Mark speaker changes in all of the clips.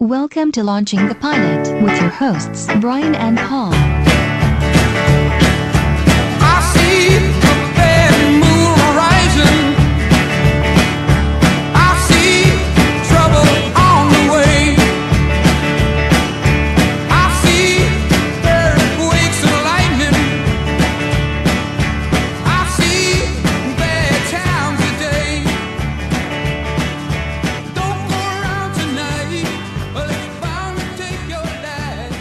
Speaker 1: Welcome to Launching the Pilot with your hosts, Brian and Paul.
Speaker 2: I see the bad moon horizon. I see trouble on the way. I see earthquakes and lightning. I see bad times today. Don't go around tonight, or it's bound to take your life.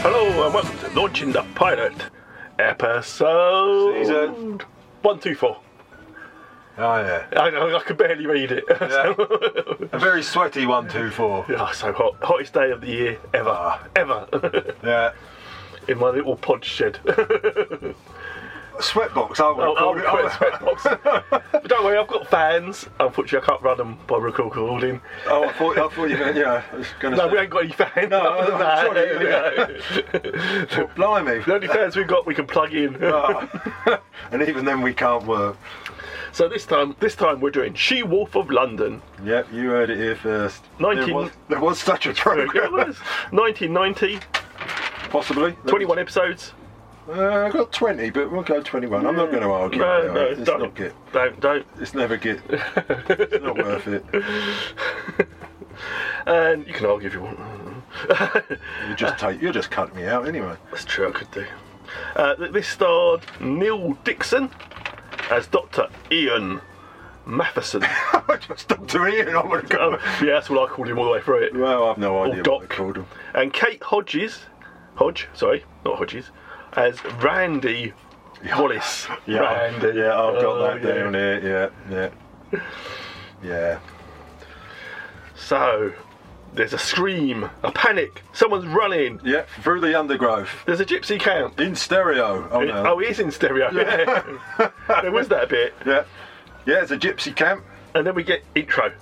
Speaker 3: Hello and welcome to Launching the Pilot, episode
Speaker 4: Season.
Speaker 3: one two four.
Speaker 4: Oh yeah.
Speaker 3: I know I can barely read it.
Speaker 4: Yeah. A very sweaty one, two, four.
Speaker 3: Ah, so hot, hottest day of the year ever,
Speaker 4: Ah.
Speaker 3: ever,
Speaker 4: Yeah.
Speaker 3: in my little pod shed.
Speaker 4: Sweatbox, I would
Speaker 3: Oh,
Speaker 4: call
Speaker 3: oh,
Speaker 4: it.
Speaker 3: it's red box. but don't worry, I've got fans. Unfortunately, I can't run them by recording. recording.
Speaker 4: Oh, I thought, I thought you meant, yeah, I was going to
Speaker 3: No,
Speaker 4: say.
Speaker 3: we ain't got any fans.
Speaker 4: No,
Speaker 3: other than
Speaker 4: I'm
Speaker 3: that.
Speaker 4: sorry,
Speaker 3: No.
Speaker 4: Blimey.
Speaker 3: the only fans we've got, we can plug in.
Speaker 4: Ah. and even then we can't work.
Speaker 3: So this time, this time we're doing She Wolf of London.
Speaker 4: Yep, you heard it here first.
Speaker 3: Nineteen-
Speaker 4: There was, there was such a
Speaker 3: There we go.
Speaker 4: program.
Speaker 3: 1990,
Speaker 4: Possibly.
Speaker 3: 21 episodes.
Speaker 4: Uh, I got 20, but we'll go 21. I'm not going to argue.
Speaker 3: No,
Speaker 4: you know,
Speaker 3: no,
Speaker 4: it's
Speaker 3: don't,
Speaker 4: not get.
Speaker 3: don't, don't.
Speaker 4: It's never get. it's not worth it.
Speaker 3: And you can argue if you want.
Speaker 4: You just take. You just cut me out anyway.
Speaker 3: That's true, I could do. Uh, th- this starred Neil Dixon as Dr. Ian Matheson.
Speaker 4: I just Doctor Ian. I'm going to
Speaker 3: Um,
Speaker 4: go.
Speaker 3: yeah, that's what I called him all the way through it.
Speaker 4: Well, I've no
Speaker 3: Or
Speaker 4: idea what
Speaker 3: Oh, Doc.
Speaker 4: they called him.
Speaker 3: And Kate Hodges, Hodge, sorry, not Hodges, as Randy Wallace.
Speaker 4: Yeah, I've-
Speaker 3: Randy.
Speaker 4: yeah, I've got
Speaker 3: Oh,
Speaker 4: that
Speaker 3: yeah.
Speaker 4: down here. Yeah, yeah, yeah.
Speaker 3: So, there's a scream, a panic, someone's running.
Speaker 4: Yeah, through the undergrowth
Speaker 3: There's a gypsy camp.
Speaker 4: in stereo. Oh
Speaker 3: Oh,
Speaker 4: no.
Speaker 3: he is in stereo. Yeah. there was that bit,
Speaker 4: Yeah, yeah. It's a gypsy camp.
Speaker 3: and then we get intro.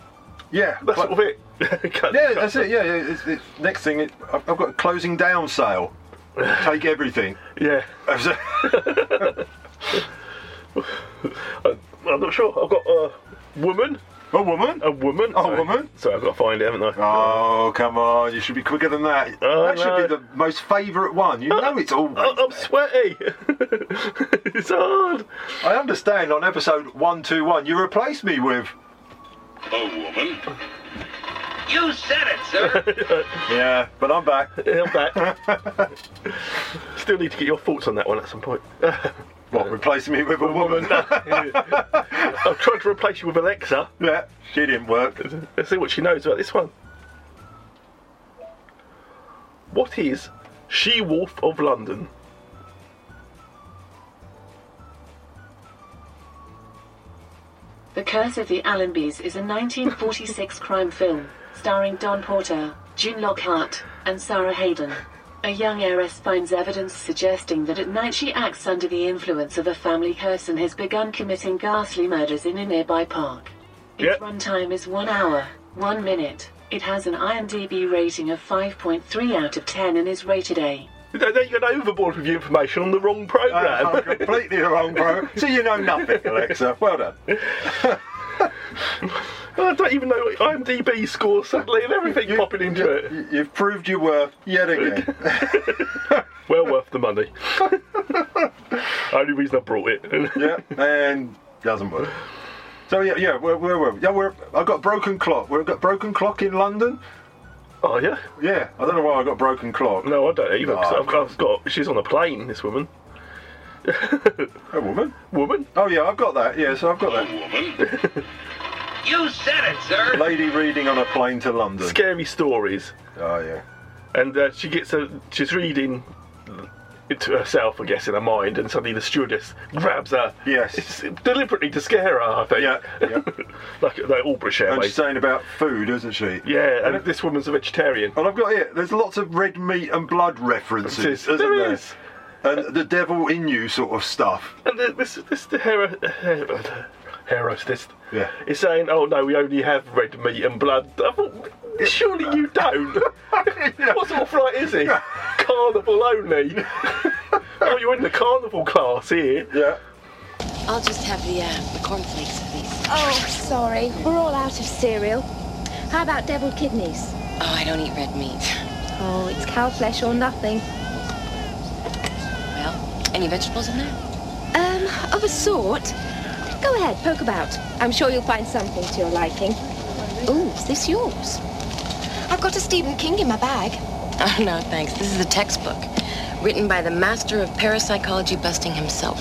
Speaker 4: Yeah,
Speaker 3: That's
Speaker 4: but-
Speaker 3: all it. Cut-
Speaker 4: Yeah,
Speaker 3: cut.
Speaker 4: that's it. Yeah, yeah. It's, it's, next thing, it, I've I've got a closing down sale. Take everything.
Speaker 3: Yeah, I, Uh, I'm not sure. I've got a woman,
Speaker 4: a woman.
Speaker 3: a woman,
Speaker 4: A
Speaker 3: Sorry.
Speaker 4: woman?
Speaker 3: Sorry, I've got to find it, haven't I?
Speaker 4: Oh come on! You should be quicker than that.
Speaker 3: Oh,
Speaker 4: that should be
Speaker 3: no.
Speaker 4: the most favourite one. You know it's always.
Speaker 3: I, am
Speaker 4: there.
Speaker 3: sweaty. it's hard.
Speaker 4: I understand. On episode one two one, you replaced me with.
Speaker 5: A woman? You said it, sir.
Speaker 4: Yeah, but I'm back.
Speaker 3: Yeah, I'm back. Still need to get your thoughts on that one at some point.
Speaker 4: What replacing me with a woman?
Speaker 3: I've tried to replace you with Alexa.
Speaker 4: Yeah, she didn't work.
Speaker 3: Let's see what she knows about this one. What is She Wolf of London?
Speaker 6: The Curse of the Allenbys is a 1946 crime film starring Don Porter, June Lockhart, and Sarah Hayden. A young heiress finds evidence suggesting that at night she acts under the influence of a family curse and has begun committing ghastly murders in a nearby park.
Speaker 3: Yep.
Speaker 6: Its runtime is 1 hour, 1 minute. It has an IMDb rating of 5.3 out of 10 and is rated A.
Speaker 3: They they got overboard with your information on the wrong
Speaker 4: Uh, I'm
Speaker 3: program.
Speaker 4: completely wrong, bro. So you know nothing, Alexa. Well done.
Speaker 3: I don't even know what IMDb score suddenly and everything popping into it.
Speaker 4: You- You've proved your worth yet again.
Speaker 3: Well worth the money. Only reason I brought it.
Speaker 4: yeah, and doesn't work. So yeah, yeah, where, where were we? Yeah, we're, I got broken clock. We've got broken clock in London.
Speaker 3: Oh yeah?
Speaker 4: Yeah, I don't know why I got broken clock.
Speaker 3: No, I don't either. 'cause
Speaker 4: Oh.
Speaker 3: I've, got, I've got. She's on a plane. This woman.
Speaker 4: A woman.
Speaker 3: Woman.
Speaker 4: Oh yeah, I've got that. Yeah, so I've got that.
Speaker 5: woman? You said it, sir.
Speaker 4: Lady reading on a plane to London.
Speaker 3: Scary stories.
Speaker 4: Oh yeah.
Speaker 3: and uh, she gets a she's reading it to herself, I guess, in her mind, and suddenly the stewardess grabs her.
Speaker 4: Yes.
Speaker 3: It's deliberately to scare her. I think.
Speaker 4: Yeah, yeah.
Speaker 3: like like all British
Speaker 4: And she's
Speaker 3: Airways.
Speaker 4: saying about food, isn't she?
Speaker 3: yeah, and this woman's a vegetarian.
Speaker 4: And I've got here. There's lots of red meat and blood references,
Speaker 3: Yes,
Speaker 4: isn't
Speaker 3: there
Speaker 4: there?
Speaker 3: is.
Speaker 4: And the devil in you sort of stuff.
Speaker 3: And the, this this the hero. hero Herostist
Speaker 4: Yeah.
Speaker 3: is saying, "Oh no, we only have red meat and blood." I thought, surely you don't. What sort of flight is it? Carnival only. oh, you're in the carnival class here.
Speaker 4: Yeah.
Speaker 7: I'll just have the uh, the cornflakes, please.
Speaker 8: Oh, sorry. We're all out of cereal. How about deviled kidneys?
Speaker 7: Oh, I don't eat red meat.
Speaker 8: Oh, it's cow flesh or nothing.
Speaker 7: Well, any vegetables in there?
Speaker 8: Um, of a sort. Go ahead, poke about. I'm sure you'll find something to your liking. Ooh, is this yours? I've got a Stephen King in my bag.
Speaker 7: Oh, no, thanks. This is a textbook written by the master of parapsychology busting himself.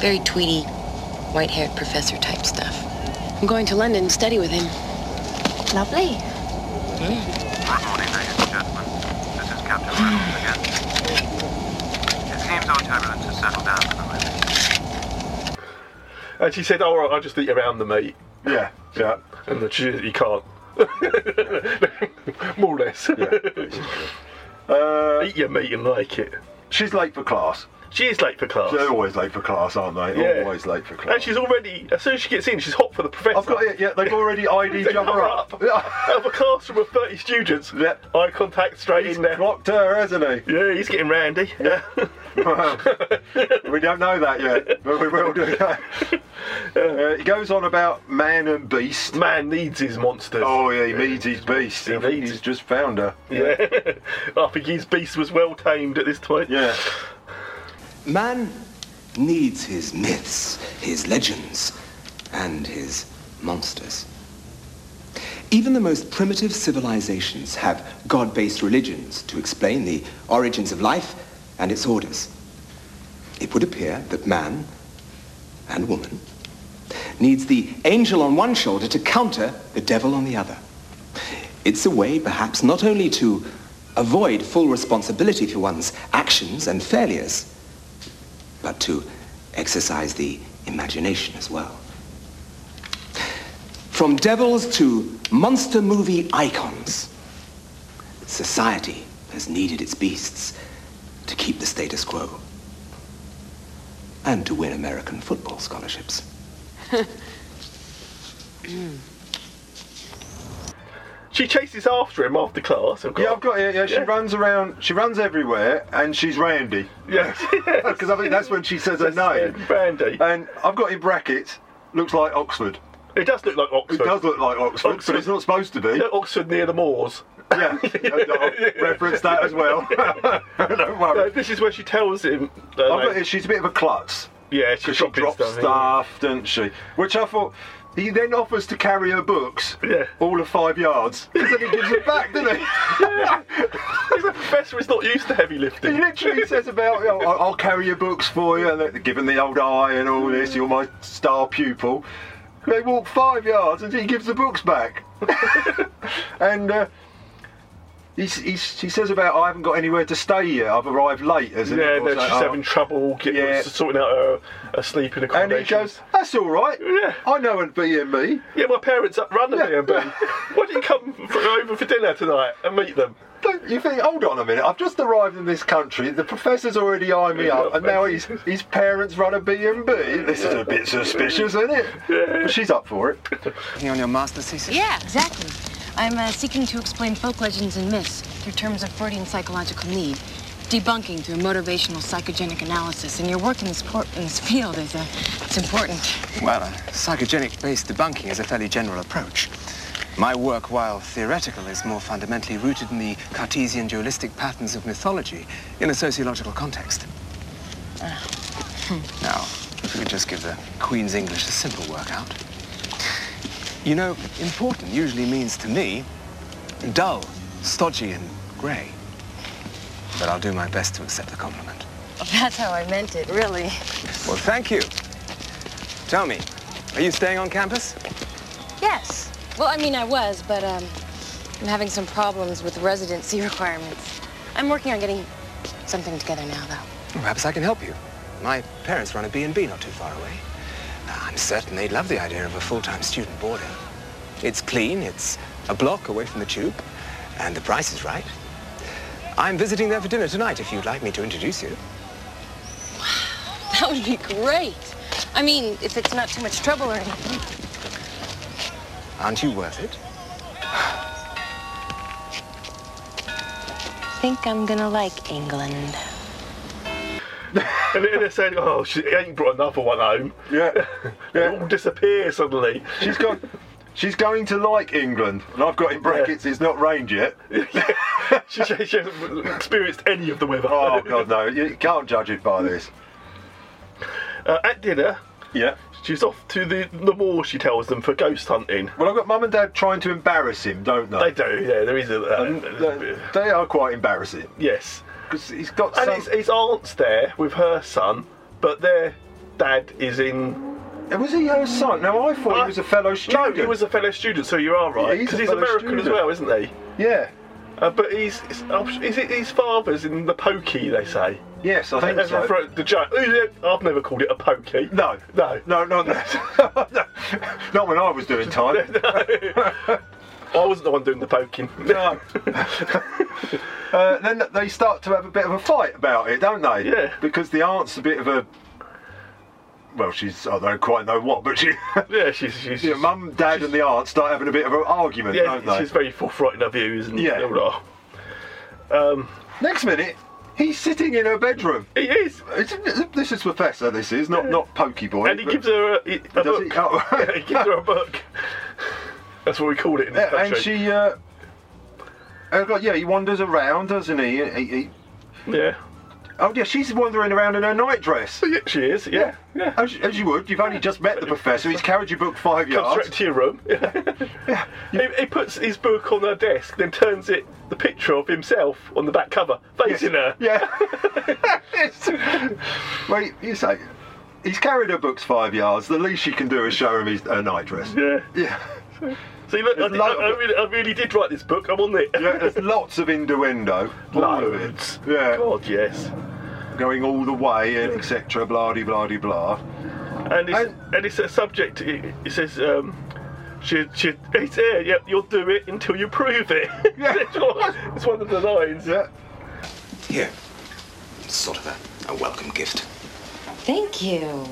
Speaker 7: Very tweety, white haired professor type stuff. I'm going to London to study with him.
Speaker 8: Lovely.
Speaker 9: Good morning, ladies and gentlemen. This is Captain Reynolds again. It seems our turbulence has settled down for the moment.
Speaker 3: And she said, "All right, I'll just eat around the meat."
Speaker 4: Yeah, yeah.
Speaker 3: And the, she, you can't. More or less.
Speaker 4: Uh,
Speaker 3: Eat your meat and like it.
Speaker 4: she's late for class.
Speaker 3: She is late for class.
Speaker 4: They're always late for class, aren't they?
Speaker 3: Yeah.
Speaker 4: Always late for class.
Speaker 3: And she's already, as soon as she gets in, she's hot for the professor.
Speaker 4: I've got it. Yeah, they've already ID'd each other up.
Speaker 3: Out of a classroom of 30 students.
Speaker 4: Yeah.
Speaker 3: Eye contact straight
Speaker 4: He's
Speaker 3: in there.
Speaker 4: clocked her, hasn't he?
Speaker 3: Yeah, he's getting randy. Yeah.
Speaker 4: we don't know that yet, but we will do that. Uh, he goes on about man and beast.
Speaker 3: Man needs his monsters.
Speaker 4: Oh yeah, he needs his beast.
Speaker 3: He
Speaker 4: I think
Speaker 3: needs
Speaker 4: he's
Speaker 3: it.
Speaker 4: just found her.
Speaker 3: yeah. I think his beast was well tamed at this point.
Speaker 4: Yeah.
Speaker 10: Man needs his myths, his legends, and his monsters. Even the most primitive civilizations have god-based religions to explain the origins of life and its orders. It would appear that man and woman needs the angel on one shoulder to counter the devil on the other. It's a way, perhaps, not only to avoid full responsibility for one's actions and failures, but to exercise the imagination as well. From devils to monster movie icons, society has needed its beasts to keep the status quo and to win American football scholarships.
Speaker 3: She chases after him after class. I've got,
Speaker 4: Yeah, I've got it. Yeah, she
Speaker 3: Yeah.
Speaker 4: runs around. She runs everywhere, and she's Randy.
Speaker 3: Yes.
Speaker 4: Because I think that's when she says her
Speaker 3: That's, uh,
Speaker 4: name.
Speaker 3: Randy.
Speaker 4: And I've got in brackets. Looks like Oxford.
Speaker 3: It does look like Oxford.
Speaker 4: It does look like Oxford,
Speaker 3: Oxford.
Speaker 4: but it's not supposed to be.
Speaker 3: Look Oxford near the moors.
Speaker 4: Yeah, I'll reference that as well. Don't
Speaker 3: Uh,
Speaker 4: worry.
Speaker 3: this is where she tells him. Uh,
Speaker 4: I
Speaker 3: like-
Speaker 4: bet she's a bit of a klutz
Speaker 3: yeah, she
Speaker 4: because she drops stuff, doesn't she? Which I thought he then offers to carry her books
Speaker 3: Yeah.
Speaker 4: all of five yards, and then he gives it back, doesn't he?
Speaker 3: Because the professor is not used to heavy
Speaker 4: He
Speaker 3: lifting.
Speaker 4: literally says about, you know, "I- I'll carry your books for you, and they give him the old eye and all this. You're my star pupil. They walk five yards, and he gives the books back. and uh, he's, he's, he says about, I haven't got anywhere to stay yet. I've arrived late, as
Speaker 3: Yeah, no, she's having trouble get,
Speaker 4: Yeah.
Speaker 3: sorting out her, her sleeping
Speaker 4: And
Speaker 3: accommodation.
Speaker 4: he goes, that's all right.
Speaker 3: Yeah.
Speaker 4: I know and be and me.
Speaker 3: Yeah, my parents run the
Speaker 4: Yeah.
Speaker 3: B&B. Why don't you come for, over for dinner tonight and meet them?
Speaker 4: Don't you think? Hold on a minute. I've just arrived in this country. The professor's already eyeing me up, and now his his parents run a B and B. This is a bit suspicious, isn't it? But she's up for it.
Speaker 10: Working on your master's thesis?
Speaker 7: Yeah, exactly. I'm uh, seeking to explain folk legends and myths through terms of Freudian psychological need, debunking through motivational psychogenic analysis. And your work in this, por- in this field is uh, it's important.
Speaker 10: Well, uh, psychogenic-based debunking is a fairly general approach. My work, while theoretical, is more fundamentally rooted in the Cartesian dualistic patterns of mythology in a sociological context. Now, if we could just give the Queen's English a simple workout. You know, important usually means to me dull, stodgy, and grey. But I'll do my best to accept the compliment.
Speaker 7: That's how I meant it, really.
Speaker 10: Well, thank you. Tell me, are you staying on campus?
Speaker 7: Yes. Well, I mean, I was, but um, I'm having some problems with residency requirements. I'm working on getting something together now, though.
Speaker 10: Perhaps I can help you. My parents run a B&B not too far away. I'm certain they'd love the idea of a full-time student boarding. It's clean, it's a block away from the tube, and the price is right. I'm visiting there for dinner tonight if you'd like me to introduce you.
Speaker 7: That would be great. I mean, if it's not too much trouble or anything.
Speaker 10: Aren't you worth it?
Speaker 7: I think I'm gonna like England.
Speaker 3: And then they're saying, oh, she ain't brought another one home.
Speaker 4: Yeah,
Speaker 3: They all disappear suddenly.
Speaker 4: she's gone. She's going to like England, and I've got in brackets it's not rained yet.
Speaker 3: she, she, she hasn't experienced any of the weather.
Speaker 4: Oh God, no! You can't judge it by this.
Speaker 3: Uh, at dinner,
Speaker 4: Yeah.
Speaker 3: she's off to the, the moor, she tells them, for ghost hunting.
Speaker 4: Well, I've got mum and dad trying to embarrass him, don't
Speaker 3: They
Speaker 4: they?
Speaker 3: do, yeah, there is a. Uh,
Speaker 4: They, they are quite embarrassing
Speaker 3: yes.
Speaker 4: because he's got
Speaker 3: And
Speaker 4: some.
Speaker 3: his, his aunt's there with her son, but their dad is in.
Speaker 4: Was he her son? Now I thought he was a fellow student.
Speaker 3: No, he was a fellow student, so you are right.
Speaker 4: Yeah, he's a
Speaker 3: Because he's,
Speaker 4: fellow
Speaker 3: American as
Speaker 4: student.
Speaker 3: well, isn't he?
Speaker 4: Yeah.
Speaker 3: Uh, but he's, he's- I'm su- is it his father's in the pokey, they say.
Speaker 4: Yes, I think
Speaker 3: Everyone
Speaker 4: so.
Speaker 3: throw- the joke. "Ooh, yeah, I've never called it a pokey.
Speaker 4: No,
Speaker 3: No.
Speaker 4: no, not no. not when I was doing time.
Speaker 3: I wasn't the one doing the poking.
Speaker 4: No. uh, then they start to have a bit of a fight about it, don't they?
Speaker 3: Yeah.
Speaker 4: Because the aunt's a bit of a. Well, she's I don't quite know what, but she.
Speaker 3: Yeah, she's. she's
Speaker 4: Your mum, dad, and the aunt start having a bit of an argument,
Speaker 3: yeah,
Speaker 4: don't they?
Speaker 3: she's very forthright in her views and
Speaker 4: Yeah.
Speaker 3: all that. Um,
Speaker 4: Next minute, he's sitting in her bedroom.
Speaker 3: he is.
Speaker 4: It's, this is Professor. This is not not Pokey Boy.
Speaker 3: And he
Speaker 4: but-
Speaker 3: gives her a, a book.
Speaker 4: Does he? Oh.
Speaker 3: yeah, he gives her a book. That's what we call it in this
Speaker 4: Yeah, and
Speaker 3: country.
Speaker 4: she. Uh, oh God, yeah, he wanders around, doesn't he? He- he-
Speaker 3: Yeah.
Speaker 4: oh yeah, she's wandering around in her nightdress.
Speaker 3: yeah. She is, yeah. Yeah.
Speaker 4: As, as you would. You've only just met the professor. He's carried your book five
Speaker 3: Comes straight
Speaker 4: yards.
Speaker 3: to your room. he, he puts his book on her desk, then turns it, the picture of himself on the back cover, facing her.
Speaker 4: Yeah. Wait, you say. He's carried her books five yards. The least she can do is show him his her nightdress.
Speaker 3: Yeah.
Speaker 4: Yeah.
Speaker 3: See, look, I,
Speaker 4: There's
Speaker 3: did- I,
Speaker 4: loads
Speaker 3: I
Speaker 4: of-
Speaker 3: really, I really did write this book. I'm on it.
Speaker 4: Yeah, There's lots of innuendo. All of it.
Speaker 3: Loads.
Speaker 4: Yeah.
Speaker 3: God, yes.
Speaker 4: Going all the way and etc. Blah de blah de blah.
Speaker 3: And it's,
Speaker 4: And-
Speaker 3: and, it's a subject. It, it says, um, she, she, it's here. Yep, you'll do it until you prove it.
Speaker 4: Yeah.
Speaker 3: it's, one, it's one of the lines.
Speaker 4: Yeah.
Speaker 10: Here. It's sort of a, a welcome gift.
Speaker 7: Thank you.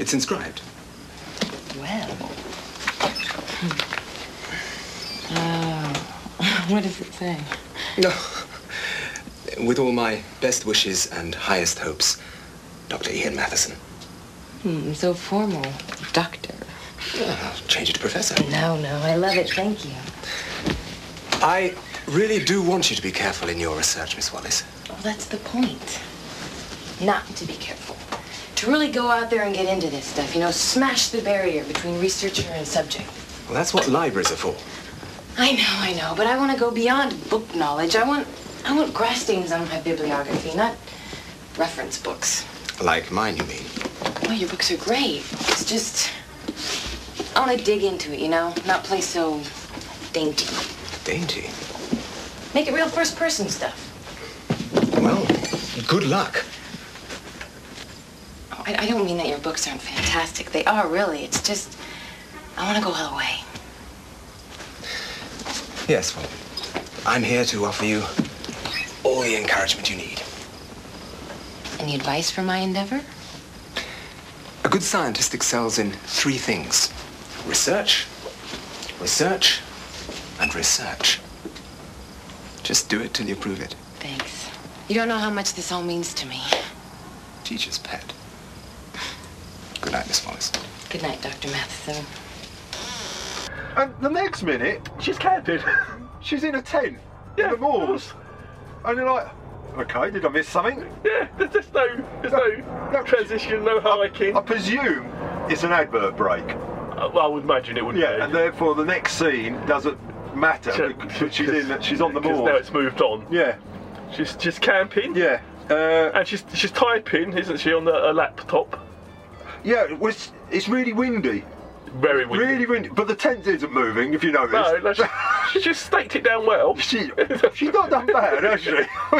Speaker 10: It's inscribed.
Speaker 7: Well. Hmm. Oh. what does it say?
Speaker 10: No. With all my best wishes and highest hopes, Dr. Ian Matheson.
Speaker 7: Hmm, so formal. Doctor.
Speaker 10: I'll change it to Professor.
Speaker 7: No, no, I love it. Thank you.
Speaker 10: I really do want you to be careful in your research, Miss Wallace.
Speaker 7: Well, that's the point. Not to be careful. To really go out there and get into this stuff, you know, smash the barrier between researcher and subject.
Speaker 10: Well, that's what libraries are for.
Speaker 7: I know, I know, but I want to go beyond book knowledge. I want, I want grass stains on my bibliography, not reference books.
Speaker 10: Like mine, you mean.
Speaker 7: Well, your books are great. It's just, I want to dig into it, you know, not play so dainty.
Speaker 10: Dainty.
Speaker 7: Make it real first person stuff.
Speaker 10: Well, good luck.
Speaker 7: Oh, I, I don't mean that your books aren't fantastic. They are really. It's just, I want to go all the way.
Speaker 10: Yes, well, I'm here to offer you all the encouragement you need.
Speaker 7: Any advice for my endeavor?
Speaker 10: A good scientist excels in three things research, research, and research. Just do it till you prove it.
Speaker 7: Thanks. You don't know how much this all means to me.
Speaker 10: Teacher's pet. Good night, Miss Wallace.
Speaker 7: Good night, Dr. Matheson.
Speaker 4: And the next minute,
Speaker 3: She's camping.
Speaker 4: she's in a tent
Speaker 3: Yeah,
Speaker 4: in the moors, and you're like, okay, did I miss something?
Speaker 3: Yeah, there's, there's no, there's no,
Speaker 4: No.
Speaker 3: transition, no hiking.
Speaker 4: I presume it's an advert break.
Speaker 3: Uh, well, I would imagine it would
Speaker 4: Yeah,
Speaker 3: be.
Speaker 4: and therefore the next scene doesn't matter because she's in, she's on the
Speaker 3: because Now
Speaker 4: moors.
Speaker 3: it's moved on.
Speaker 4: Yeah,
Speaker 3: She's she's camping.
Speaker 4: yeah, uh,
Speaker 3: And she's she's typing, isn't she, on a, a laptop?
Speaker 4: yeah. It was, it's really windy,
Speaker 3: Very windy.
Speaker 4: really windy. But the tent isn't moving, if you notice.
Speaker 3: No, no she, she just staked it down well.
Speaker 4: She, she's not done bad, has she? I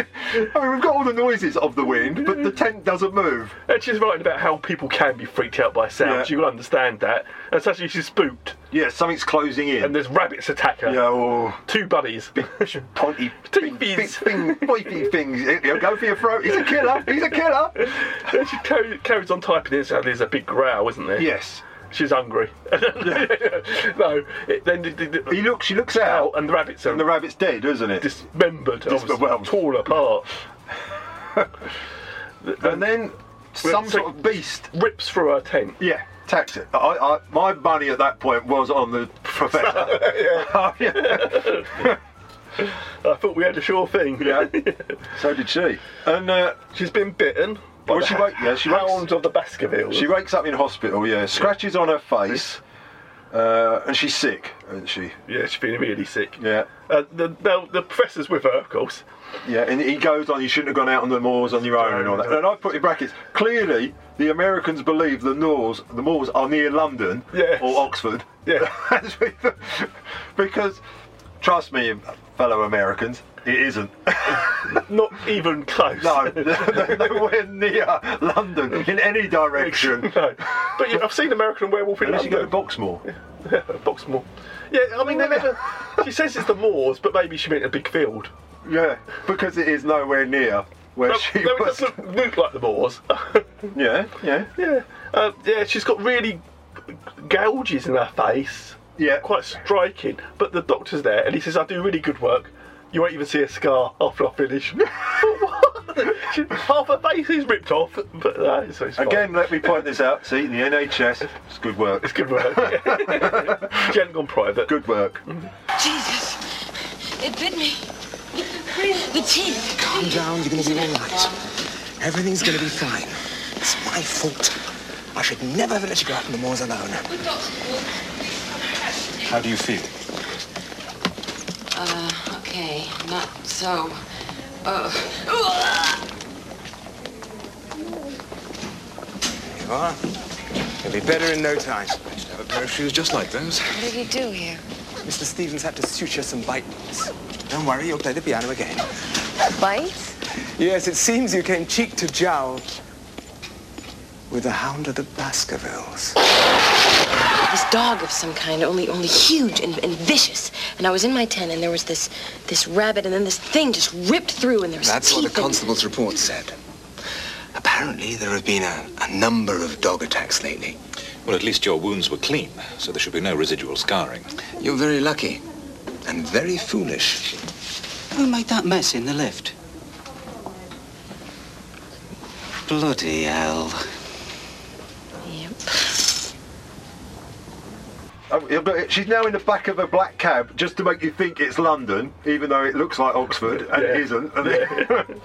Speaker 4: mean, we've got all the noises of the wind, but the tent doesn't move.
Speaker 3: And she's writing about how people can be freaked out by sounds.
Speaker 4: Yeah.
Speaker 3: You will understand that. And suddenly she's spooked,
Speaker 4: Yeah, something's closing
Speaker 3: and
Speaker 4: in.
Speaker 3: there's rabbits attack her.
Speaker 4: Yeah, oh.
Speaker 3: Two buddies.
Speaker 4: Ponty
Speaker 3: Teeth beads.
Speaker 4: things, boipy things. He'll go for your throat. He's a killer. He's a killer.
Speaker 3: and she carry, carries on typing this, and there's a big growl, isn't there?
Speaker 4: Yes.
Speaker 3: She's hungry. no. It, then the, the, the-
Speaker 4: He looks. She looks out,
Speaker 3: out, and the rabbits are
Speaker 4: and the rabbit's dead, isn't it?
Speaker 3: dismembered, obviously,
Speaker 4: well-
Speaker 3: torn apart.
Speaker 4: and then some
Speaker 3: so-
Speaker 4: sort of beast.
Speaker 3: Rips through her tent.
Speaker 4: Yeah, attacks it. I, I, my money at that point was on the Professor.
Speaker 3: I thought we had a sure thing.
Speaker 4: yeah. So did she. And uh,
Speaker 3: She's been bitten by
Speaker 4: Well,
Speaker 3: the
Speaker 4: she woke- yeah, she wakes-
Speaker 3: hounds of the Baskervilles.
Speaker 4: she wakes up in hospital, yeah. Scratches on her face. Uh, and she's sick, isn't she?
Speaker 3: yeah, she's been really sick.
Speaker 4: Yeah.
Speaker 3: Uh, the, the, the professor's with her, of course.
Speaker 4: Yeah, and he goes on, you shouldn't have gone out on the moors on your own and all that. And I put in brackets, clearly the Americans believe the moors, the moors are near London
Speaker 3: Yes.
Speaker 4: or Oxford.
Speaker 3: Yeah.
Speaker 4: because, trust me, fellow Americans, it isn't.
Speaker 3: Not even close.
Speaker 4: No, they're nowhere near London in any direction.
Speaker 3: no. But yeah, I've seen American Werewolf in
Speaker 4: Unless you go to
Speaker 3: London.
Speaker 4: Boxmoor.
Speaker 3: Boxmoor. Yeah, I mean, they never. She says it's the moors, but maybe she meant a big field.
Speaker 4: Yeah, because it is nowhere near where
Speaker 3: No,
Speaker 4: she
Speaker 3: no, it
Speaker 4: was.
Speaker 3: doesn't look, look like the moors.
Speaker 4: Yeah, yeah.
Speaker 3: yeah, uh, yeah. She's got really gouges in her face.
Speaker 4: Yeah.
Speaker 3: quite striking. But the doctor's there, and he says, "I do really good work. You won't even see a scar after I finish." What? She- Half her face is ripped off. But uh, so it's fine.
Speaker 4: Again, let me point this out. See, the NHS, it's good work.
Speaker 3: it's good work. she hadn't gone private.
Speaker 4: Good work.
Speaker 7: Jesus! It bit me. The teeth.
Speaker 10: Calm down, you're gonna be all right. Everything's gonna be fine. It's my fault. I should never have let you go out in the moors alone. How do you feel?
Speaker 7: Uh, Okay, not so. Oh. Uh,
Speaker 10: You are? You'll be better in no time. I should have a pair of shoes just like those.
Speaker 7: what did he do here?
Speaker 10: Mr. Stevens had to suture some bite marks. Don't worry, you'll play the piano again.
Speaker 7: Bites?
Speaker 10: Yes, it seems you came cheek to jowl with the hound of the Baskervilles.
Speaker 7: This dog of some kind, only only huge and, and vicious. And I was in my tent, and there was this this rabbit, and then this thing just ripped through, and there was
Speaker 10: That's
Speaker 7: teeth
Speaker 10: what the
Speaker 7: and-
Speaker 10: constable's report said. Apparently, there have been a, a number of dog attacks lately.
Speaker 11: Well, at least your wounds were clean, so there should be no residual scarring.
Speaker 10: You're very lucky and very foolish.
Speaker 5: Who made that mess in the lift? Bloody hell.
Speaker 7: Yep.
Speaker 4: Oh, yeah, but She's now in the back of a black cab just to make you think it's London, even though it looks like Oxford and it
Speaker 3: Yeah.
Speaker 4: isn't. And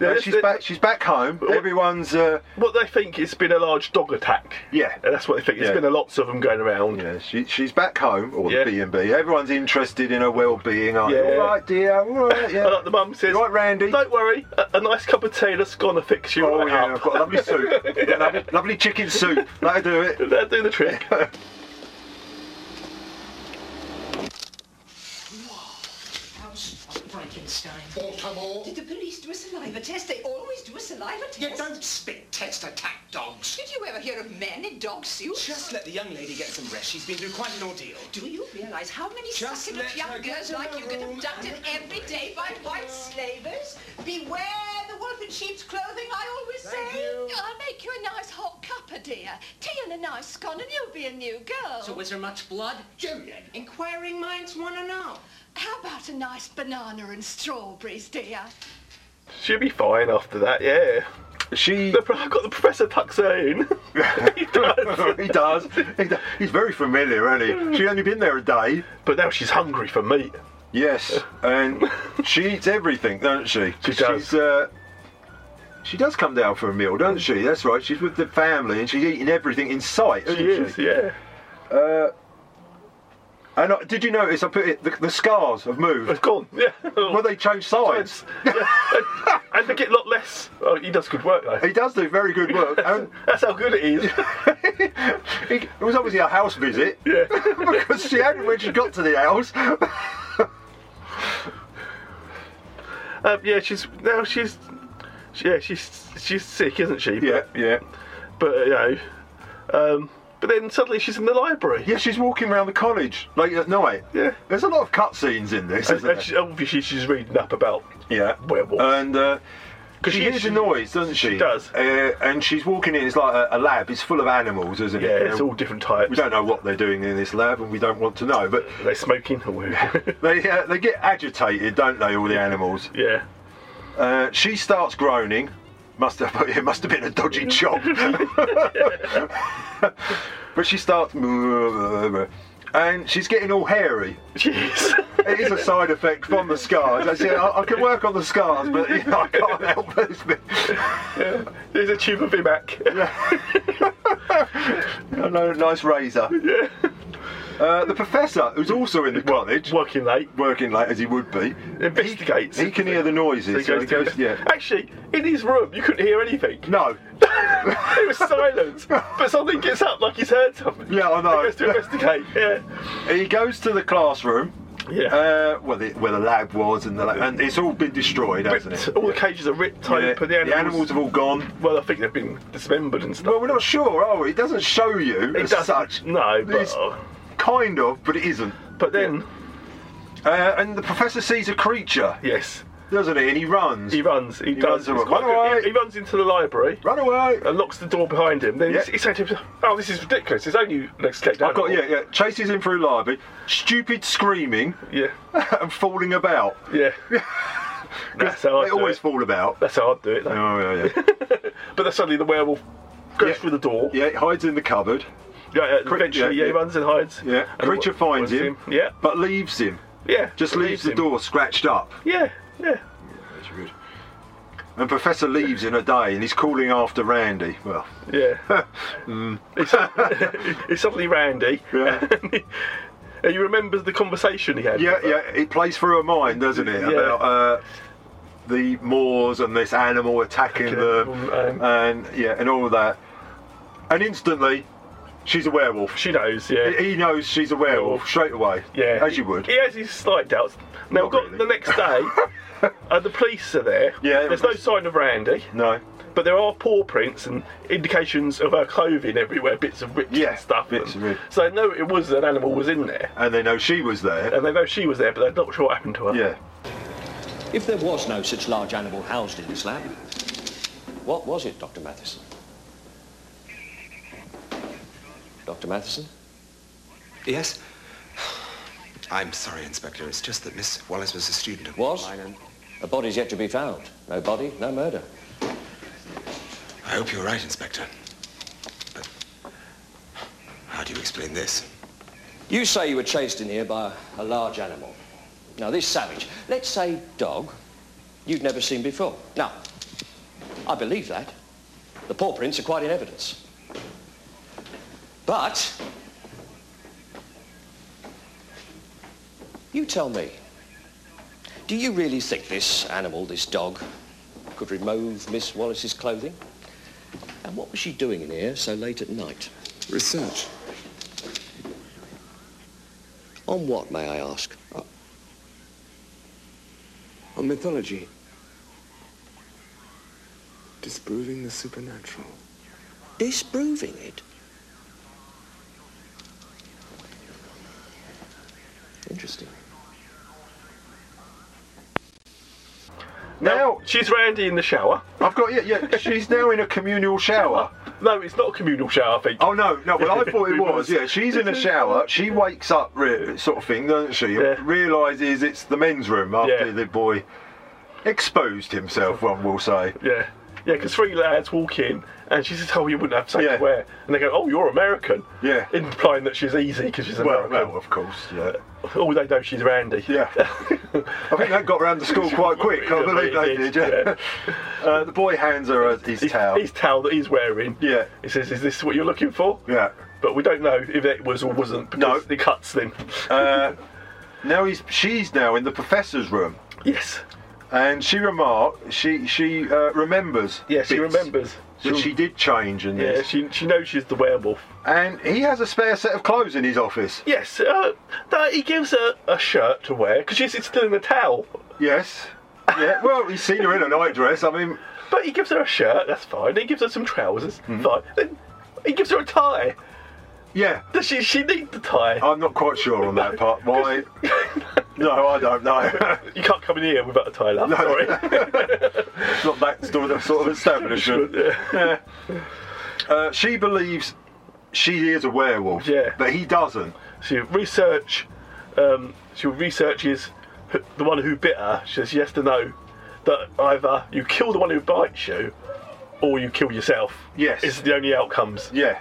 Speaker 3: Yeah,
Speaker 4: And
Speaker 3: this-
Speaker 4: she's
Speaker 3: this-
Speaker 4: back. She's back home.
Speaker 3: what-
Speaker 4: Everyone's. Uh,
Speaker 3: What they think it's been a large dog attack.
Speaker 4: Yeah.
Speaker 3: and that's what they think. There's
Speaker 4: Yeah.
Speaker 3: been a lots of them going around.
Speaker 4: yeah, she, she's back home or
Speaker 3: Yeah.
Speaker 4: the B and B. Everyone's interested in her well-being. Aren't
Speaker 3: Yeah.
Speaker 4: you? All right, dear. All right. Yeah.
Speaker 3: And like the mum says,
Speaker 4: You all right, Randy.
Speaker 3: Don't worry, a, a nice cup of tea that's gonna fix you
Speaker 4: Oh
Speaker 3: right
Speaker 4: yeah,
Speaker 3: up.
Speaker 4: I've got a lovely soup. I've got lovely, lovely chicken soup. That'll do it.
Speaker 3: That'll do the trick.
Speaker 5: Oh,
Speaker 2: Did the police do a saliva test? They always do a saliva test. You don't spit test attack dogs. Did you ever hear of men in dog suits?
Speaker 5: Just let the young lady get some rest. She's been through quite an ordeal.
Speaker 2: Do you realise how many
Speaker 5: Just
Speaker 2: succulent
Speaker 5: let her
Speaker 2: young
Speaker 5: get
Speaker 2: girls
Speaker 5: in
Speaker 2: like
Speaker 5: the
Speaker 2: you get
Speaker 5: room
Speaker 2: abducted every day by white slavers? Beware the wolf in sheep's clothing, I always say. I'll make you a nice hot cuppa, dear. Tea and a nice scone and you'll be a new girl.
Speaker 5: So is there much blood? Julian. Inquiring minds want to know.
Speaker 2: How about a nice banana and strawberries, dear?
Speaker 3: She'll be fine after that, yeah.
Speaker 4: She.
Speaker 3: The, pro- I've got the professor tucks her in. he does.
Speaker 4: he does. He do- He's very familiar, isn't he? She's only been there a day.
Speaker 3: But now she's hungry for meat.
Speaker 4: Yes, and she eats everything, doesn't she?
Speaker 3: She does.
Speaker 4: She's, uh, she does come down for a meal, doesn't she? That's right. She's with the family and she's eating everything in sight.
Speaker 3: She
Speaker 4: isn't
Speaker 3: is, yeah.
Speaker 4: And I, did you notice? I put it. The, the scars have
Speaker 3: It's
Speaker 4: moved.
Speaker 3: gone, yeah. Oh,
Speaker 4: Well, they changed sides.
Speaker 3: Yeah. and they get a lot less. Oh, he does good work, though.
Speaker 4: He does do very good work. And
Speaker 3: That's how good it is.
Speaker 4: he, it was obviously a house visit.
Speaker 3: Yeah.
Speaker 4: because she hadn't when she got to the house.
Speaker 3: um, yeah, she's now she's yeah she's she's sick, isn't she?
Speaker 4: Yeah,
Speaker 3: But,
Speaker 4: yeah.
Speaker 3: but uh, you know, um, but then suddenly she's in the library.
Speaker 4: Yeah, she's walking around the college late at night.
Speaker 3: Yeah.
Speaker 4: There's a lot of cutscenes in this,
Speaker 3: And,
Speaker 4: isn't
Speaker 3: and
Speaker 4: there?
Speaker 3: she, obviously she's reading up about
Speaker 4: Yeah.
Speaker 3: werewolves.
Speaker 4: And uh,
Speaker 3: 'Cause
Speaker 4: she,
Speaker 3: she-
Speaker 4: hears
Speaker 3: she-
Speaker 4: a noise, doesn't she?
Speaker 3: she does.
Speaker 4: Uh, and she's walking in. It's like a, a lab. It's full of animals, isn't
Speaker 3: yeah,
Speaker 4: it?
Speaker 3: it's all different types.
Speaker 4: We don't know what they're doing in this lab, and we don't want to know. But
Speaker 3: They're smoking. Oh, we're-
Speaker 4: they uh, they get agitated, don't they? All the animals.
Speaker 3: yeah.
Speaker 4: Uh, she starts groaning. Must have it must have been a dodgy chop. but she starts, and and she's getting all hairy. Jeez. it is a side effect from the scars. That's it. I, I can work on the scars, but you know, I can't help those bits.
Speaker 3: There's a tube of Imac.
Speaker 4: A no- nice razor. Uh, the professor, who's also in the college,
Speaker 3: working late,
Speaker 4: working late as he would be,
Speaker 3: investigates.
Speaker 4: He can hear the noises. So he
Speaker 3: to-
Speaker 4: goes, yeah.
Speaker 3: Actually, in his room, you couldn't hear anything.
Speaker 4: No.
Speaker 3: it was silence. But something gets up like he's heard something.
Speaker 4: Yeah, I know.
Speaker 3: He goes to investigate. Yeah.
Speaker 4: He goes to the classroom.
Speaker 3: Yeah.
Speaker 4: Uh, well, the, where the lab was, and, the, la- and it's all been destroyed, hasn't it?
Speaker 3: All the cages are ripped
Speaker 4: Uh, Yeah,
Speaker 3: open. The
Speaker 4: the
Speaker 3: animals,
Speaker 4: animals have all gone.
Speaker 3: Well, I think they've been dismembered and stuff.
Speaker 4: Well, we're not sure, are we? It doesn't show
Speaker 3: It
Speaker 4: you as
Speaker 3: doesn't.
Speaker 4: such.
Speaker 3: No, but-
Speaker 4: It's kind of, but it isn't.
Speaker 3: But then,
Speaker 4: Uh, and the professor sees a creature,
Speaker 3: yes,
Speaker 4: doesn't he? And he runs.
Speaker 3: he runs. He,
Speaker 4: He
Speaker 3: does.
Speaker 4: runs away.
Speaker 3: It's quite
Speaker 4: Run away.
Speaker 3: good. He, he runs into the library
Speaker 4: Run away!
Speaker 3: and locks the door behind him. Then
Speaker 4: Yeah.
Speaker 3: he's, he's saying to himself, "Oh, this is ridiculous. It's only an escaped
Speaker 4: I've
Speaker 3: animal."
Speaker 4: got yeah, yeah. Chases him through library. Stupid screaming
Speaker 3: yeah,
Speaker 4: and falling about.
Speaker 3: yeah, yeah. That's how I
Speaker 4: they
Speaker 3: do
Speaker 4: always
Speaker 3: it.
Speaker 4: fall about.
Speaker 3: That's how I'd do it. Though.
Speaker 4: Oh yeah, yeah.
Speaker 3: But then suddenly the werewolf goes
Speaker 4: Yeah.
Speaker 3: through the door.
Speaker 4: yeah, it hides in the cupboard.
Speaker 3: Yeah, yeah,
Speaker 4: Cre-
Speaker 3: eventually,
Speaker 4: yeah,
Speaker 3: yeah, he
Speaker 4: yeah.
Speaker 3: runs and hides.
Speaker 4: Yeah,
Speaker 3: And
Speaker 4: creature
Speaker 3: wh-
Speaker 4: finds him,
Speaker 3: Yeah,
Speaker 4: but leaves him.
Speaker 3: yeah.
Speaker 4: Just leaves, the
Speaker 3: him.
Speaker 4: door scratched up.
Speaker 3: Yeah, yeah.
Speaker 4: That's good. And Professor leaves in a day, and he's calling after Randy. Well,
Speaker 3: Yeah.
Speaker 4: Hmm.
Speaker 3: It's, it's suddenly Randy.
Speaker 4: Yeah.
Speaker 3: and he- and he remembers the conversation he had.
Speaker 4: yeah,
Speaker 3: with her.
Speaker 4: yeah, it plays through her mind, doesn't it?
Speaker 3: Yeah.
Speaker 4: About uh, the moors and this animal attacking
Speaker 3: Attacking
Speaker 4: them,
Speaker 3: them, um,
Speaker 4: and yeah, and all that. And instantly, she's a werewolf.
Speaker 3: She knows, yeah.
Speaker 4: He- He knows she's a werewolf
Speaker 3: Werewolf.
Speaker 4: straight away.
Speaker 3: yeah.
Speaker 4: as you would.
Speaker 3: He has his slight doubts. Now,
Speaker 4: Not
Speaker 3: got
Speaker 4: really.
Speaker 3: the next day, and the police are there.
Speaker 4: Yeah,
Speaker 3: There's
Speaker 4: it
Speaker 3: no
Speaker 4: was-
Speaker 3: sign of Randy,
Speaker 4: No.
Speaker 3: but there are paw prints and indications of her clothing everywhere, bits of rips
Speaker 4: Yeah,
Speaker 3: and stuff.
Speaker 4: bits
Speaker 3: and-
Speaker 4: of rib.
Speaker 3: So they know it was an animal was in there.
Speaker 4: And they know she was there.
Speaker 3: And they know Uh, she was there, but they're not sure what happened to her.
Speaker 4: Yeah.
Speaker 12: If there was no such large animal housed in this lab, what was it, Dr. Matheson? Dr. Matheson?
Speaker 10: Yes? I'm sorry, Inspector. It's just that Miss Wallace was a student of
Speaker 12: Was?
Speaker 10: mine and...
Speaker 12: A body's yet to be found. No body, no murder.
Speaker 10: I hope you're right, Inspector. But how do you explain this?
Speaker 12: You say you were chased in here by a large animal. Now, this savage, let's say dog, you've never seen before. Now, I believe that. The paw prints are quite in evidence. But, you tell me, do you really think this animal, this dog, could remove Miss Wallace's clothing? And what was she doing in here so late at night?
Speaker 10: Research.
Speaker 12: On what, may I ask?
Speaker 10: On mythology. Disproving the supernatural.
Speaker 12: Disproving it? Interesting.
Speaker 4: Now
Speaker 3: She's Randy in the shower.
Speaker 4: I've got yeah, yeah. She's now in a communal shower.
Speaker 3: No, it's not a communal shower, I think.
Speaker 4: Oh no, no. Well, I thought it
Speaker 3: It
Speaker 4: was.
Speaker 3: was.
Speaker 4: Yeah, she's in a shower. She wakes up, re- sort of thing, doesn't she?
Speaker 3: Yeah.
Speaker 4: Realizes it's the men's room after
Speaker 3: Yeah.
Speaker 4: the boy exposed himself. One will say.
Speaker 3: Yeah. Yeah, because three lads walk in and she says, Oh, you wouldn't have something
Speaker 4: Yeah.
Speaker 3: to wear. And they go, Oh, you're American.
Speaker 4: Yeah.
Speaker 3: Implying that she's easy because she's
Speaker 4: Well,
Speaker 3: American.
Speaker 4: well, of course. Yeah.
Speaker 3: All they know she's Randy.
Speaker 4: Yeah. I think that got round the school quite quick. I
Speaker 3: Yeah,
Speaker 4: believe they
Speaker 3: it
Speaker 4: did.
Speaker 3: did,
Speaker 4: Yeah. Uh, the boy hands her a- his
Speaker 3: His
Speaker 4: towel.
Speaker 3: His towel that he's wearing.
Speaker 4: Yeah.
Speaker 3: He says, Is this what you're looking for?
Speaker 4: Yeah.
Speaker 3: But we don't know if it was or wasn't because it cuts them.
Speaker 4: Uh, now he's she's now in the professor's room.
Speaker 3: yes.
Speaker 4: And she remark she she uh, remembers.
Speaker 3: Yes, she
Speaker 4: bits
Speaker 3: remembers.
Speaker 4: that she did change in this.
Speaker 3: Yeah, she, she knows she's the werewolf.
Speaker 4: And he has a spare set of clothes in his office.
Speaker 3: Yes, uh, that- he gives her a shirt to wear because she's it's still in the towel.
Speaker 4: Yes. Yeah. Well, he's seen her in a nightdress. I mean,
Speaker 3: But he gives her a shirt, that's fine. He gives her some trousers,
Speaker 4: Mm-hmm.
Speaker 3: fine. Then he gives her a tie.
Speaker 4: yeah.
Speaker 3: Does she, she need the tie?
Speaker 4: I'm not quite sure on that part. Why? No, I don't know.
Speaker 3: you can't come in here without a tie, love.
Speaker 4: No.
Speaker 3: Sorry.
Speaker 4: it's not that sort of, sort of establishment. Yeah. Uh, she believes she is a werewolf.
Speaker 3: Yeah.
Speaker 4: But he doesn't.
Speaker 3: she research. Um, she researches who- the one who bit her. She says she has to know that either you kill the one who bites you, or you kill yourself.
Speaker 4: Yes.
Speaker 3: it's the only outcomes.
Speaker 4: Yeah.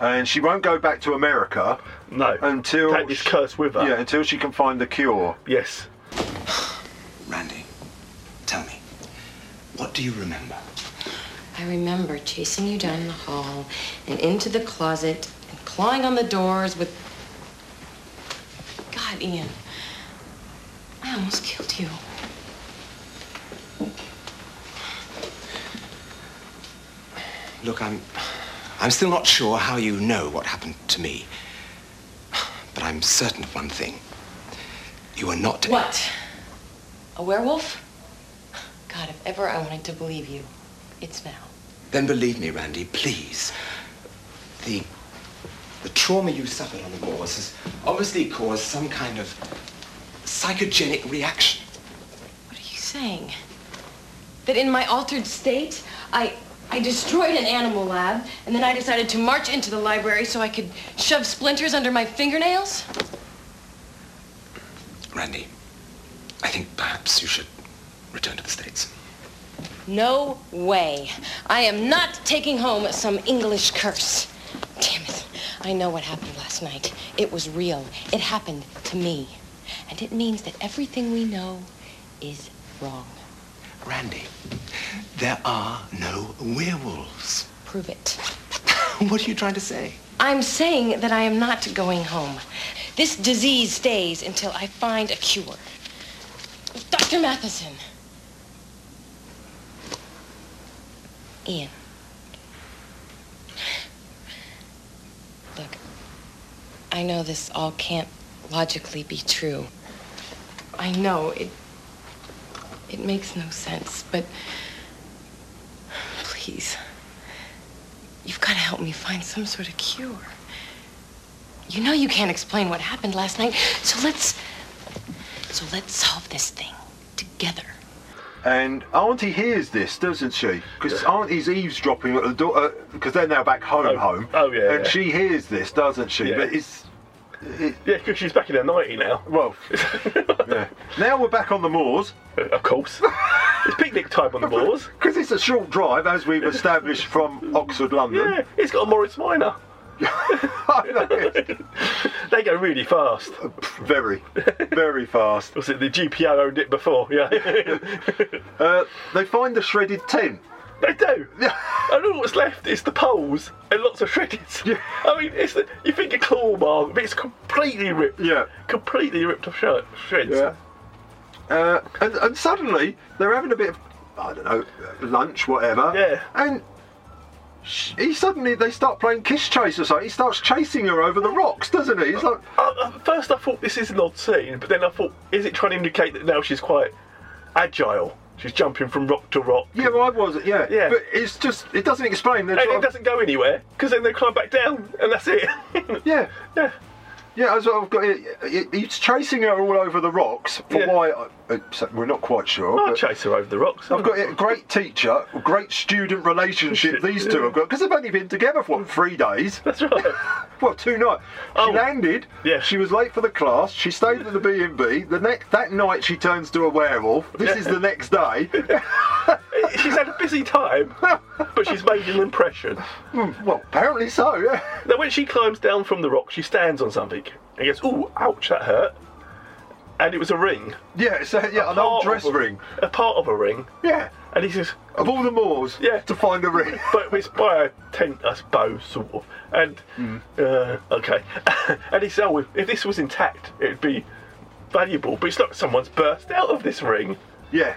Speaker 4: and she won't go back to America. No. Until take this curse with her. Yeah, until she can find the cure. Yes.
Speaker 10: Randy, tell me, what do you remember?
Speaker 7: I remember chasing you down the hall and into the closet and clawing on the doors with. God, Ian. I almost killed you.
Speaker 10: Look, I'm. I'm still not sure how you know what happened to me. But I'm certain of one thing. You were not.
Speaker 7: What? A werewolf? God, if ever I wanted to believe you, it's now.
Speaker 10: Then believe me, Randy, please. The. The trauma you suffered on the moors has obviously caused some kind of psychogenic reaction.
Speaker 7: What are you saying? That in my altered state, I. I destroyed an animal lab, and then I decided to march into the library so I could shove splinters under my fingernails?
Speaker 10: Randy, I think perhaps you should return to the States.
Speaker 7: No way. I am not taking home some English curse. Damn it. I know what happened last night. It was real. It happened to me. And it means that everything we know is wrong.
Speaker 10: Randy, there are no werewolves.
Speaker 7: Prove it.
Speaker 10: what are you trying to say?
Speaker 7: I'm saying that I am not going home. This disease stays until I find a cure. Dr. Matheson. Ian. Look, I know this all can't logically be true. I know it it makes no sense, but please. You've got to help me find some sort of cure. You know you can't explain what happened last night, so let's so let's solve this thing together.
Speaker 4: And Auntie hears this, doesn't she? Because Auntie's eavesdropping at the door. Because they're now back home, home.
Speaker 3: oh, yeah,
Speaker 4: And
Speaker 3: yeah.
Speaker 4: she hears this, doesn't she?
Speaker 3: Yeah.
Speaker 4: But it's
Speaker 3: Yeah, because she's back in her 90 now.
Speaker 4: Well, yeah. now we're back on the moors.
Speaker 3: Of course. It's picnic time on the moors.
Speaker 4: Because it's a short drive, as we've established from Oxford, London.
Speaker 3: Yeah, it's got a Morris Minor. they go really fast.
Speaker 4: Very, very fast.
Speaker 3: Was it the GPO owned it before? Yeah.
Speaker 4: uh, they find the shredded tent.
Speaker 3: They do. and all that's left is the poles and lots of shredded. I mean, it's the, you think a claw mark, but it's completely ripped.
Speaker 4: Yeah.
Speaker 3: Completely ripped off shirt, shreds.
Speaker 4: Yeah. Uh, and, and suddenly they're having a bit of I don't know lunch, whatever. Yeah. And sh- he suddenly they start playing kiss chase or something. He starts chasing her over the rocks, doesn't he? He's like,
Speaker 3: I- at first I thought this is an odd scene, but then I thought, is it trying to indicate that now she's quite agile? She's jumping from rock to rock.
Speaker 4: yeah, well, I was, yeah.
Speaker 3: Yeah.
Speaker 4: But it's just it doesn't explain.
Speaker 3: And it doesn't go anywhere because then they climb back down and that's it.
Speaker 4: Yeah.
Speaker 3: Yeah.
Speaker 4: Yeah, that's what I've got. It, it, it's chasing her all over the rocks. For
Speaker 3: Yeah.
Speaker 4: why? I, it's- we're not quite sure.
Speaker 3: I'll
Speaker 4: but-
Speaker 3: chase her over the rocks.
Speaker 4: I've got a great teacher, great student relationship these two have got because they've only been together for what, three days.
Speaker 3: That's right. Oh.
Speaker 4: well, two nights. She landed. Yeah. She was late for the class. She stayed at the B and B. The next that night she turns to a werewolf. This is the next day.
Speaker 3: she's had a busy time, but she's made an impression.
Speaker 4: Hmm, Well, apparently so, yeah.
Speaker 3: Now, when she climbs down from the rock, she stands on something and goes, ooh, ouch, that hurt. And it was a ring.
Speaker 4: Yeah, it's a, yeah, an old dress ring.
Speaker 3: A part of a ring.
Speaker 4: Yeah.
Speaker 3: And he says,
Speaker 4: Of all the moors,
Speaker 3: yeah.
Speaker 4: to find a ring.
Speaker 3: but it's by a tent, I suppose, sort of. And,
Speaker 4: Hmm.
Speaker 3: uh, okay. and he says, oh, if, if this was intact, it'd be valuable, but it's like someone's burst out of this ring.
Speaker 4: Yeah.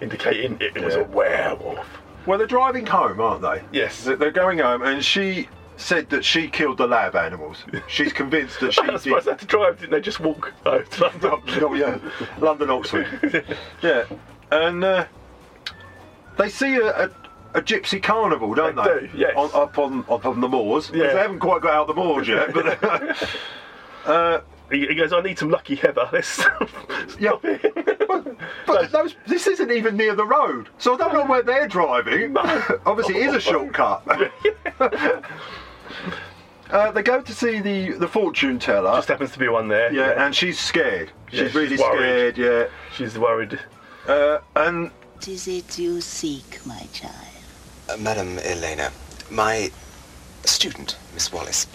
Speaker 3: Indicating it was a werewolf.
Speaker 4: Well, they're driving home, aren't they?
Speaker 3: Yes.
Speaker 4: They're they're going home, and she said that she killed the lab animals. She's convinced that she
Speaker 3: I suppose they
Speaker 4: did.
Speaker 3: had to drive, didn't they? Just walk oh, to London.
Speaker 4: Oh, yeah, London Oxford. yeah, and uh, they see a, a, a gypsy carnival, don't
Speaker 3: They
Speaker 4: they?
Speaker 3: do, yes.
Speaker 4: On, up on up on the moors. 'Cause
Speaker 3: Yeah.
Speaker 4: They haven't quite got out the moors yet, but uh,
Speaker 3: he, he goes, I need some lucky heather. Let's stop, stop it.
Speaker 4: but those, this isn't even near the road, so I don't know where they're driving. Obviously, it is a shortcut. Uh, they go to see the, the fortune teller. Just
Speaker 3: happens to be one there.
Speaker 4: Yeah,
Speaker 3: yeah.
Speaker 4: and she's scared.
Speaker 3: Yeah,
Speaker 4: she's really
Speaker 3: she's worried.
Speaker 4: scared. Yeah,
Speaker 3: she's worried.
Speaker 4: Uh, and
Speaker 13: What is it you seek, my child?
Speaker 10: Uh, Madam Elena, my
Speaker 14: A student, Miss Wallace,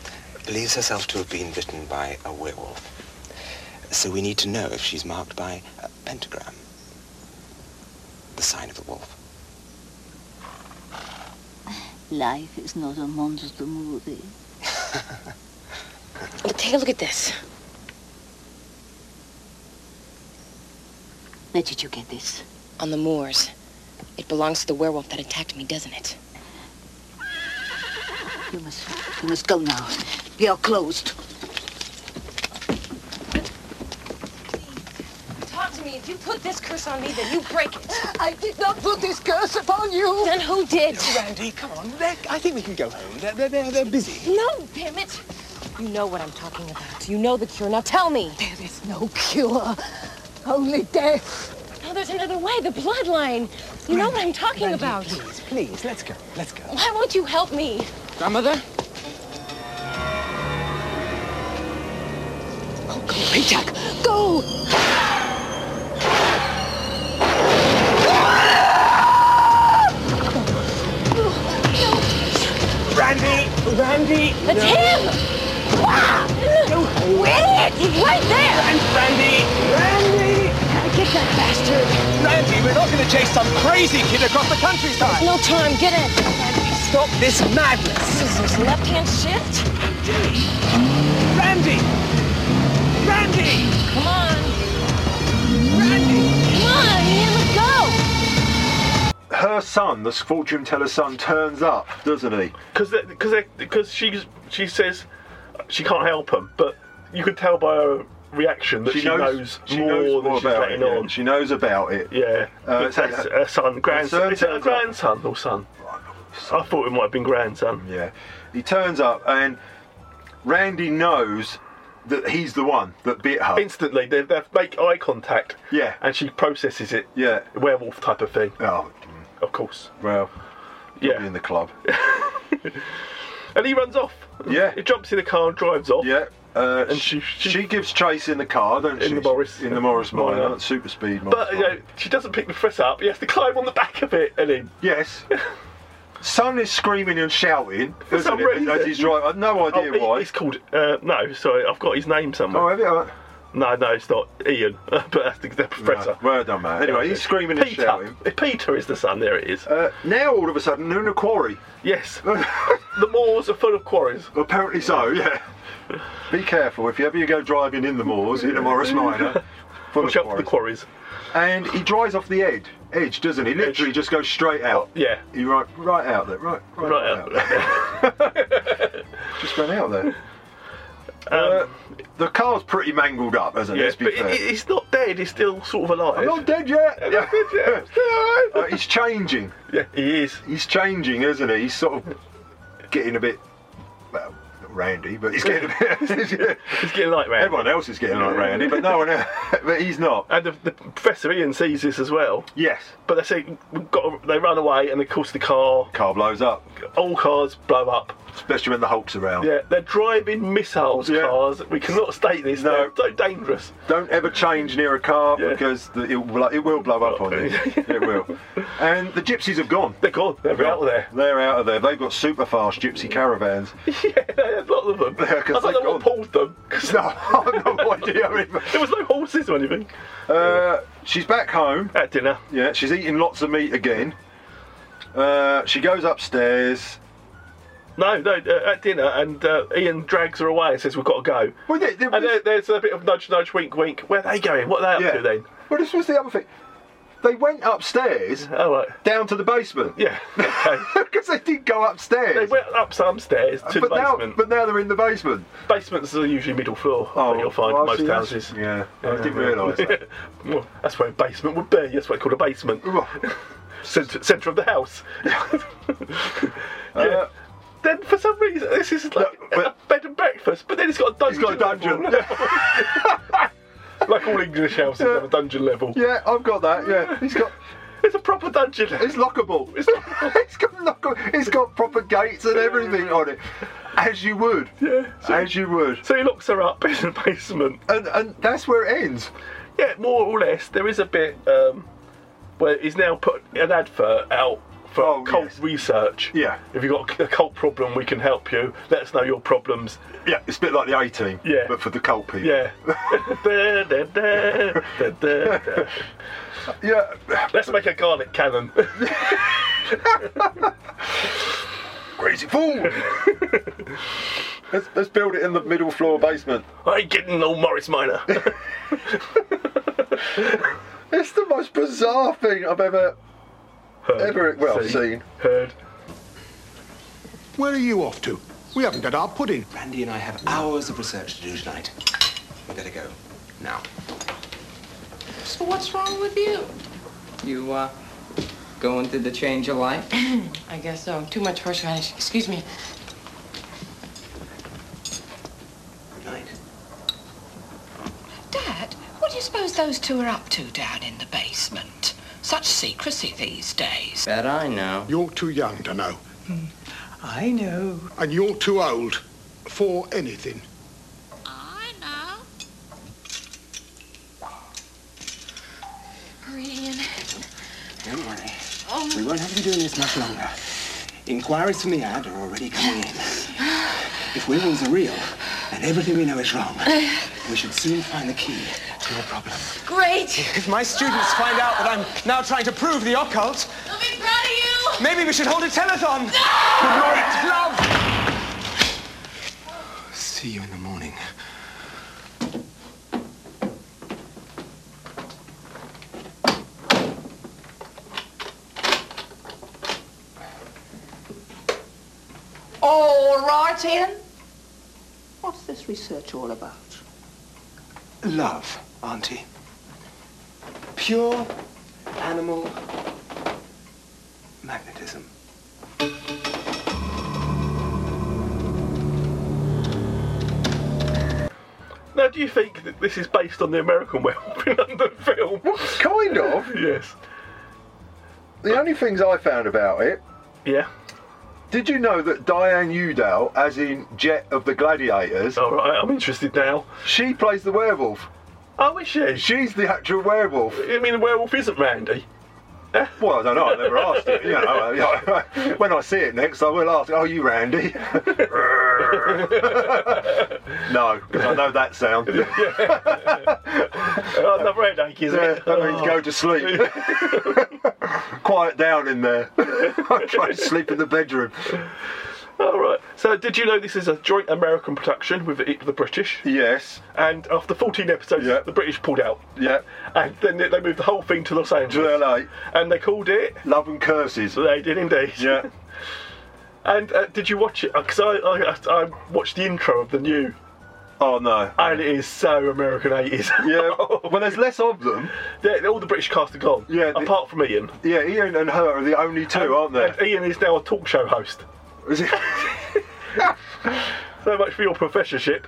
Speaker 14: believes herself to have been bitten by a werewolf. So we need to know if she's marked by a pentagram, the sign of the wolf.
Speaker 15: Life is not a monster movie.
Speaker 16: Take a look at this.
Speaker 15: Where did you get this?
Speaker 16: On the moors. It belongs to the werewolf that attacked me, doesn't it?
Speaker 15: You must, you must go now. We are closed.
Speaker 16: Talk to me. If you put this curse on me, then you break it.
Speaker 15: I did not put this curse upon you.
Speaker 16: Then who did?
Speaker 14: Randy, come on. They're- I think we can go home. They're, they're, they're, they're busy.
Speaker 16: No, damn it. You know what I'm talking about. You know the cure. Now tell me.
Speaker 15: There is no cure, only death.
Speaker 16: Now there's another way. The bloodline. You know what I'm talking about.
Speaker 14: Please, please, let's go. Let's go.
Speaker 16: Why won't you help me?
Speaker 14: Grandmother?
Speaker 15: Oh, Peter, go!
Speaker 14: Randy! Randy!
Speaker 16: It's him! Ah! Wait! He's right there!
Speaker 14: Randy! Randy!
Speaker 16: Get that bastard!
Speaker 14: Randy, we're not going to chase some crazy kid across the countryside!
Speaker 16: No time. Get in.
Speaker 14: Stop this madness!
Speaker 16: This is his left-hand shift.
Speaker 14: Randy! Randy!
Speaker 16: Come on. Randy! Come on, man. Let's go.
Speaker 4: Her son, the fortune teller's son, turns up, doesn't he?
Speaker 3: Because because because she's she says she can't help him, but you could tell by her reaction that she, knows,
Speaker 4: she
Speaker 3: more than
Speaker 4: knows more
Speaker 3: she's
Speaker 4: about
Speaker 3: letting
Speaker 4: it, yeah.
Speaker 3: on.
Speaker 4: She knows about it.
Speaker 3: Yeah,
Speaker 4: Uh,
Speaker 3: It's
Speaker 4: so-
Speaker 3: her, her son, grandson.
Speaker 4: son
Speaker 3: Is it her
Speaker 4: turns
Speaker 3: grandson
Speaker 4: up.
Speaker 3: or son? I thought it might have been grandson.
Speaker 4: Yeah. He turns up and Randy knows that he's the one that bit her.
Speaker 3: Instantly, they, they make eye contact.
Speaker 4: Yeah.
Speaker 3: and she processes it.
Speaker 4: Yeah.
Speaker 3: werewolf type of thing.
Speaker 4: Oh,
Speaker 3: Of course.
Speaker 4: well.
Speaker 3: Yeah.
Speaker 4: In the club.
Speaker 3: And he runs off.
Speaker 4: Yeah.
Speaker 3: He jumps in a car and drives off.
Speaker 4: Yeah. Uh,
Speaker 3: And she,
Speaker 4: she, gives chase in the car, don't
Speaker 3: In
Speaker 4: she?
Speaker 3: the Morris.
Speaker 4: In the Morris Minor,
Speaker 3: Minor.
Speaker 4: super speed Morris.
Speaker 3: But you know, she doesn't pick the fret up. He has to climb on the back of it, and then
Speaker 4: Yes. Son is screaming and shouting
Speaker 3: for
Speaker 4: isn't
Speaker 3: some
Speaker 4: it,
Speaker 3: reason,
Speaker 4: as he's driving. I've no idea
Speaker 3: Oh, he-
Speaker 4: why.
Speaker 3: He's called. Uh, no, sorry, I've got his name somewhere.
Speaker 4: Oh, have you?
Speaker 3: No, no, it's not Ian, but that's the, the professor.
Speaker 4: well done, man. Anyway, he's screaming and
Speaker 3: Peter.
Speaker 4: shouting.
Speaker 3: Peter is the son. There it is.
Speaker 4: Uh, now all of a sudden, they're in a quarry.
Speaker 3: Yes. the moors are full of quarries.
Speaker 4: Apparently so. Yeah. Be careful if you ever you go driving in the moors in a Morris Minor. full of
Speaker 3: Watch out for the quarries.
Speaker 4: And he drives off the edge, edge, doesn't he? Literally just goes straight out.
Speaker 3: Yeah.
Speaker 4: He right, right out there. Right, right,
Speaker 3: Right uh,
Speaker 4: out. there. just ran out there. uh, the car's pretty mangled up, hasn't it?
Speaker 3: Yes,
Speaker 4: Let's be
Speaker 3: Um, but
Speaker 4: fair.
Speaker 3: it, it's not dead. It's still sort of alive.
Speaker 4: I'm not dead yet.
Speaker 3: Yeah.
Speaker 4: Uh, he's changing.
Speaker 3: Yeah, he is.
Speaker 4: He's changing, isn't he? He's sort of getting a bit, well, not randy, but he's getting a bit.
Speaker 3: He's getting like Randy.
Speaker 4: Everyone else is getting like randy, but no one. else- But he's not.
Speaker 3: And the, the Professor Ian sees this as well.
Speaker 4: Yes.
Speaker 3: But they say we've got. To, they run away, and of course the car,
Speaker 4: Car blows up,
Speaker 3: all cars blow up.
Speaker 4: especially when the Hulk's around.
Speaker 3: Yeah, they're driving missiles cars. We cannot state this. No. They're so dangerous.
Speaker 4: Don't ever change near a car because the, it, will, it will blow up on you. It will. And the gypsies have gone.
Speaker 3: They're gone. They're, out of there.
Speaker 4: They're out of there. They've got super fast gypsy caravans.
Speaker 3: Yeah, a lot of them.
Speaker 4: Yeah,
Speaker 3: I
Speaker 4: 'cause
Speaker 3: don't know
Speaker 4: they're
Speaker 3: what pulled them. 'cause
Speaker 4: No, I've no idea. I mean,
Speaker 3: There was no horses or anything.
Speaker 4: Uh, she's back home.
Speaker 3: At dinner.
Speaker 4: Yeah, she's eating lots of meat again. Uh, she goes upstairs.
Speaker 3: No, no, uh, at dinner, and uh, Ian drags her away and says, We've got to go.
Speaker 4: Well, there- there
Speaker 3: and
Speaker 4: was-
Speaker 3: there, there's a bit of nudge, nudge, wink, wink. Where are they going? What are they up
Speaker 4: Yeah.
Speaker 3: to then?
Speaker 4: Well, this was the other thing. They went upstairs
Speaker 3: Oh, right.
Speaker 4: down to the basement.
Speaker 3: Yeah. Okay.
Speaker 4: Because they did go upstairs.
Speaker 3: they went up some stairs to
Speaker 4: but
Speaker 3: the
Speaker 4: now,
Speaker 3: basement.
Speaker 4: but now they're in the basement.
Speaker 3: Basements are usually middle floor. I think you'll find
Speaker 4: well,
Speaker 3: in most
Speaker 4: see, that's-
Speaker 3: houses.
Speaker 4: yeah, I didn't realise that.
Speaker 3: well, that's where a basement would be. That's what it's called a basement. Centre, centre of the house. yeah.
Speaker 4: Uh,
Speaker 3: then for some reason, this is like a bed and breakfast, but then it's got a
Speaker 4: It's
Speaker 3: dungeon.
Speaker 4: got a dungeon.
Speaker 3: level. like all English houses have a dungeon level.
Speaker 4: yeah, I've got that. Yeah, he's got.
Speaker 3: It's a proper dungeon.
Speaker 4: It's lockable.
Speaker 3: It's lockable.
Speaker 4: it's got lockable. It's got proper gates and everything on it, as you would.
Speaker 3: Yeah. So,
Speaker 4: As you would.
Speaker 3: so he locks her up in the basement.
Speaker 4: And and that's where it ends.
Speaker 3: Yeah, more or less. There is a bit um, where he's now put an advert out for
Speaker 4: Oh,
Speaker 3: cult research. Yeah. If you've got a cult problem, we can help you. Let us know your problems.
Speaker 4: Yeah, it's a bit like the A Team,
Speaker 3: Yeah.
Speaker 4: but for the cult people.
Speaker 3: Yeah. Da, da, da, da, da, da.
Speaker 4: yeah.
Speaker 3: Let's make a garlic cannon.
Speaker 4: Crazy fool! let's, let's build it in the middle floor basement.
Speaker 3: I ain't getting no Morris Minor.
Speaker 4: it's the most bizarre thing I've ever, ever well
Speaker 17: seen,
Speaker 4: seen.
Speaker 3: Heard.
Speaker 17: Where are you off to? We haven't had our pudding.
Speaker 10: Randy and I have hours of research to do tonight. We better go. Now.
Speaker 18: So what's wrong with you?
Speaker 19: You, uh, going through the change of life?
Speaker 16: I guess so. Too much horseradish. Excuse me.
Speaker 18: Dad, what do you suppose those two are up to down in the basement? Such secrecy these days.
Speaker 17: Bet I know. You're too young to know.
Speaker 18: I know.
Speaker 17: And you're too old for anything.
Speaker 16: Hurry in.
Speaker 14: Don't worry.
Speaker 16: Oh.
Speaker 14: We won't have to be doing this much longer. Inquiries from the ad are already coming in. If werewolves are real, and everything we know is wrong, we should soon find the key to your problem.
Speaker 16: Great!
Speaker 20: If my students find out that I'm now trying to prove the occult,
Speaker 16: I'll be proud of you!
Speaker 20: maybe we should hold a telethon. Great love.
Speaker 14: See you in the morning.
Speaker 18: All right, Ian. What's this research all about?
Speaker 14: Love, Auntie. Pure animal magnetism.
Speaker 3: Now, do you think that this is based on the American Werewolf in London film?
Speaker 4: Kind of.
Speaker 3: yes.
Speaker 4: The only things I found about it.
Speaker 3: Yeah.
Speaker 4: Did you know that Diane Udall, as in Jet of the Gladiators?
Speaker 3: All right, I'm interested now.
Speaker 4: She plays the werewolf.
Speaker 3: Oh, is she?
Speaker 4: She's the actual werewolf.
Speaker 3: I mean, the werewolf isn't Randy.
Speaker 4: Well, I don't know. I never asked it. You know, I- when I see it next, I will ask. Are you Randy? no, 'cause I know that sound.
Speaker 3: Oh, another headache, is
Speaker 4: Yeah,
Speaker 3: it?
Speaker 4: that means
Speaker 3: Oh,
Speaker 4: go to sleep. Quiet down in there. I'm trying to sleep in the bedroom.
Speaker 3: All right. So, did you know this is a joint American production with the, the British?
Speaker 4: Yes.
Speaker 3: And after 14 episodes, the British pulled out.
Speaker 4: Yeah.
Speaker 3: And then they they moved the whole thing to Los Angeles.
Speaker 4: To LA.
Speaker 3: And they called it
Speaker 4: Love and Curses.
Speaker 3: They did indeed.
Speaker 4: Yeah.
Speaker 3: and uh, did you watch it? Because I, I, I watched the intro of the new.
Speaker 4: Oh no.
Speaker 3: And it is so American 80s.
Speaker 4: yeah. Well, there's less of them.
Speaker 3: Yeah, all the British cast are gone.
Speaker 4: Yeah.
Speaker 3: Apart from Ian.
Speaker 4: Yeah, Ian and her are the only two, aren't they?
Speaker 3: And Ian is now a talk show host.
Speaker 4: Is it?
Speaker 3: so much for your professorship.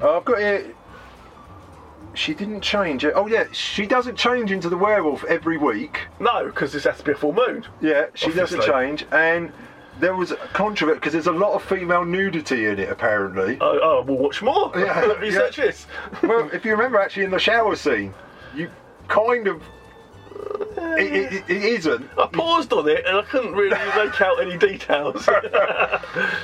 Speaker 4: Uh, I've got here. She didn't change it. Oh yeah, she doesn't change into the werewolf every week.
Speaker 3: No, because this has to be a full moon.
Speaker 4: Yeah, she doesn't
Speaker 3: Obviously.
Speaker 4: change, and there was controversy because there's a lot of female nudity in it apparently.
Speaker 3: Oh, oh we'll watch more. Let me research this.
Speaker 4: well, if you remember, actually, in the shower scene, you kind of. It, it- it- it isn't.
Speaker 3: I paused on it and I couldn't really make out any details.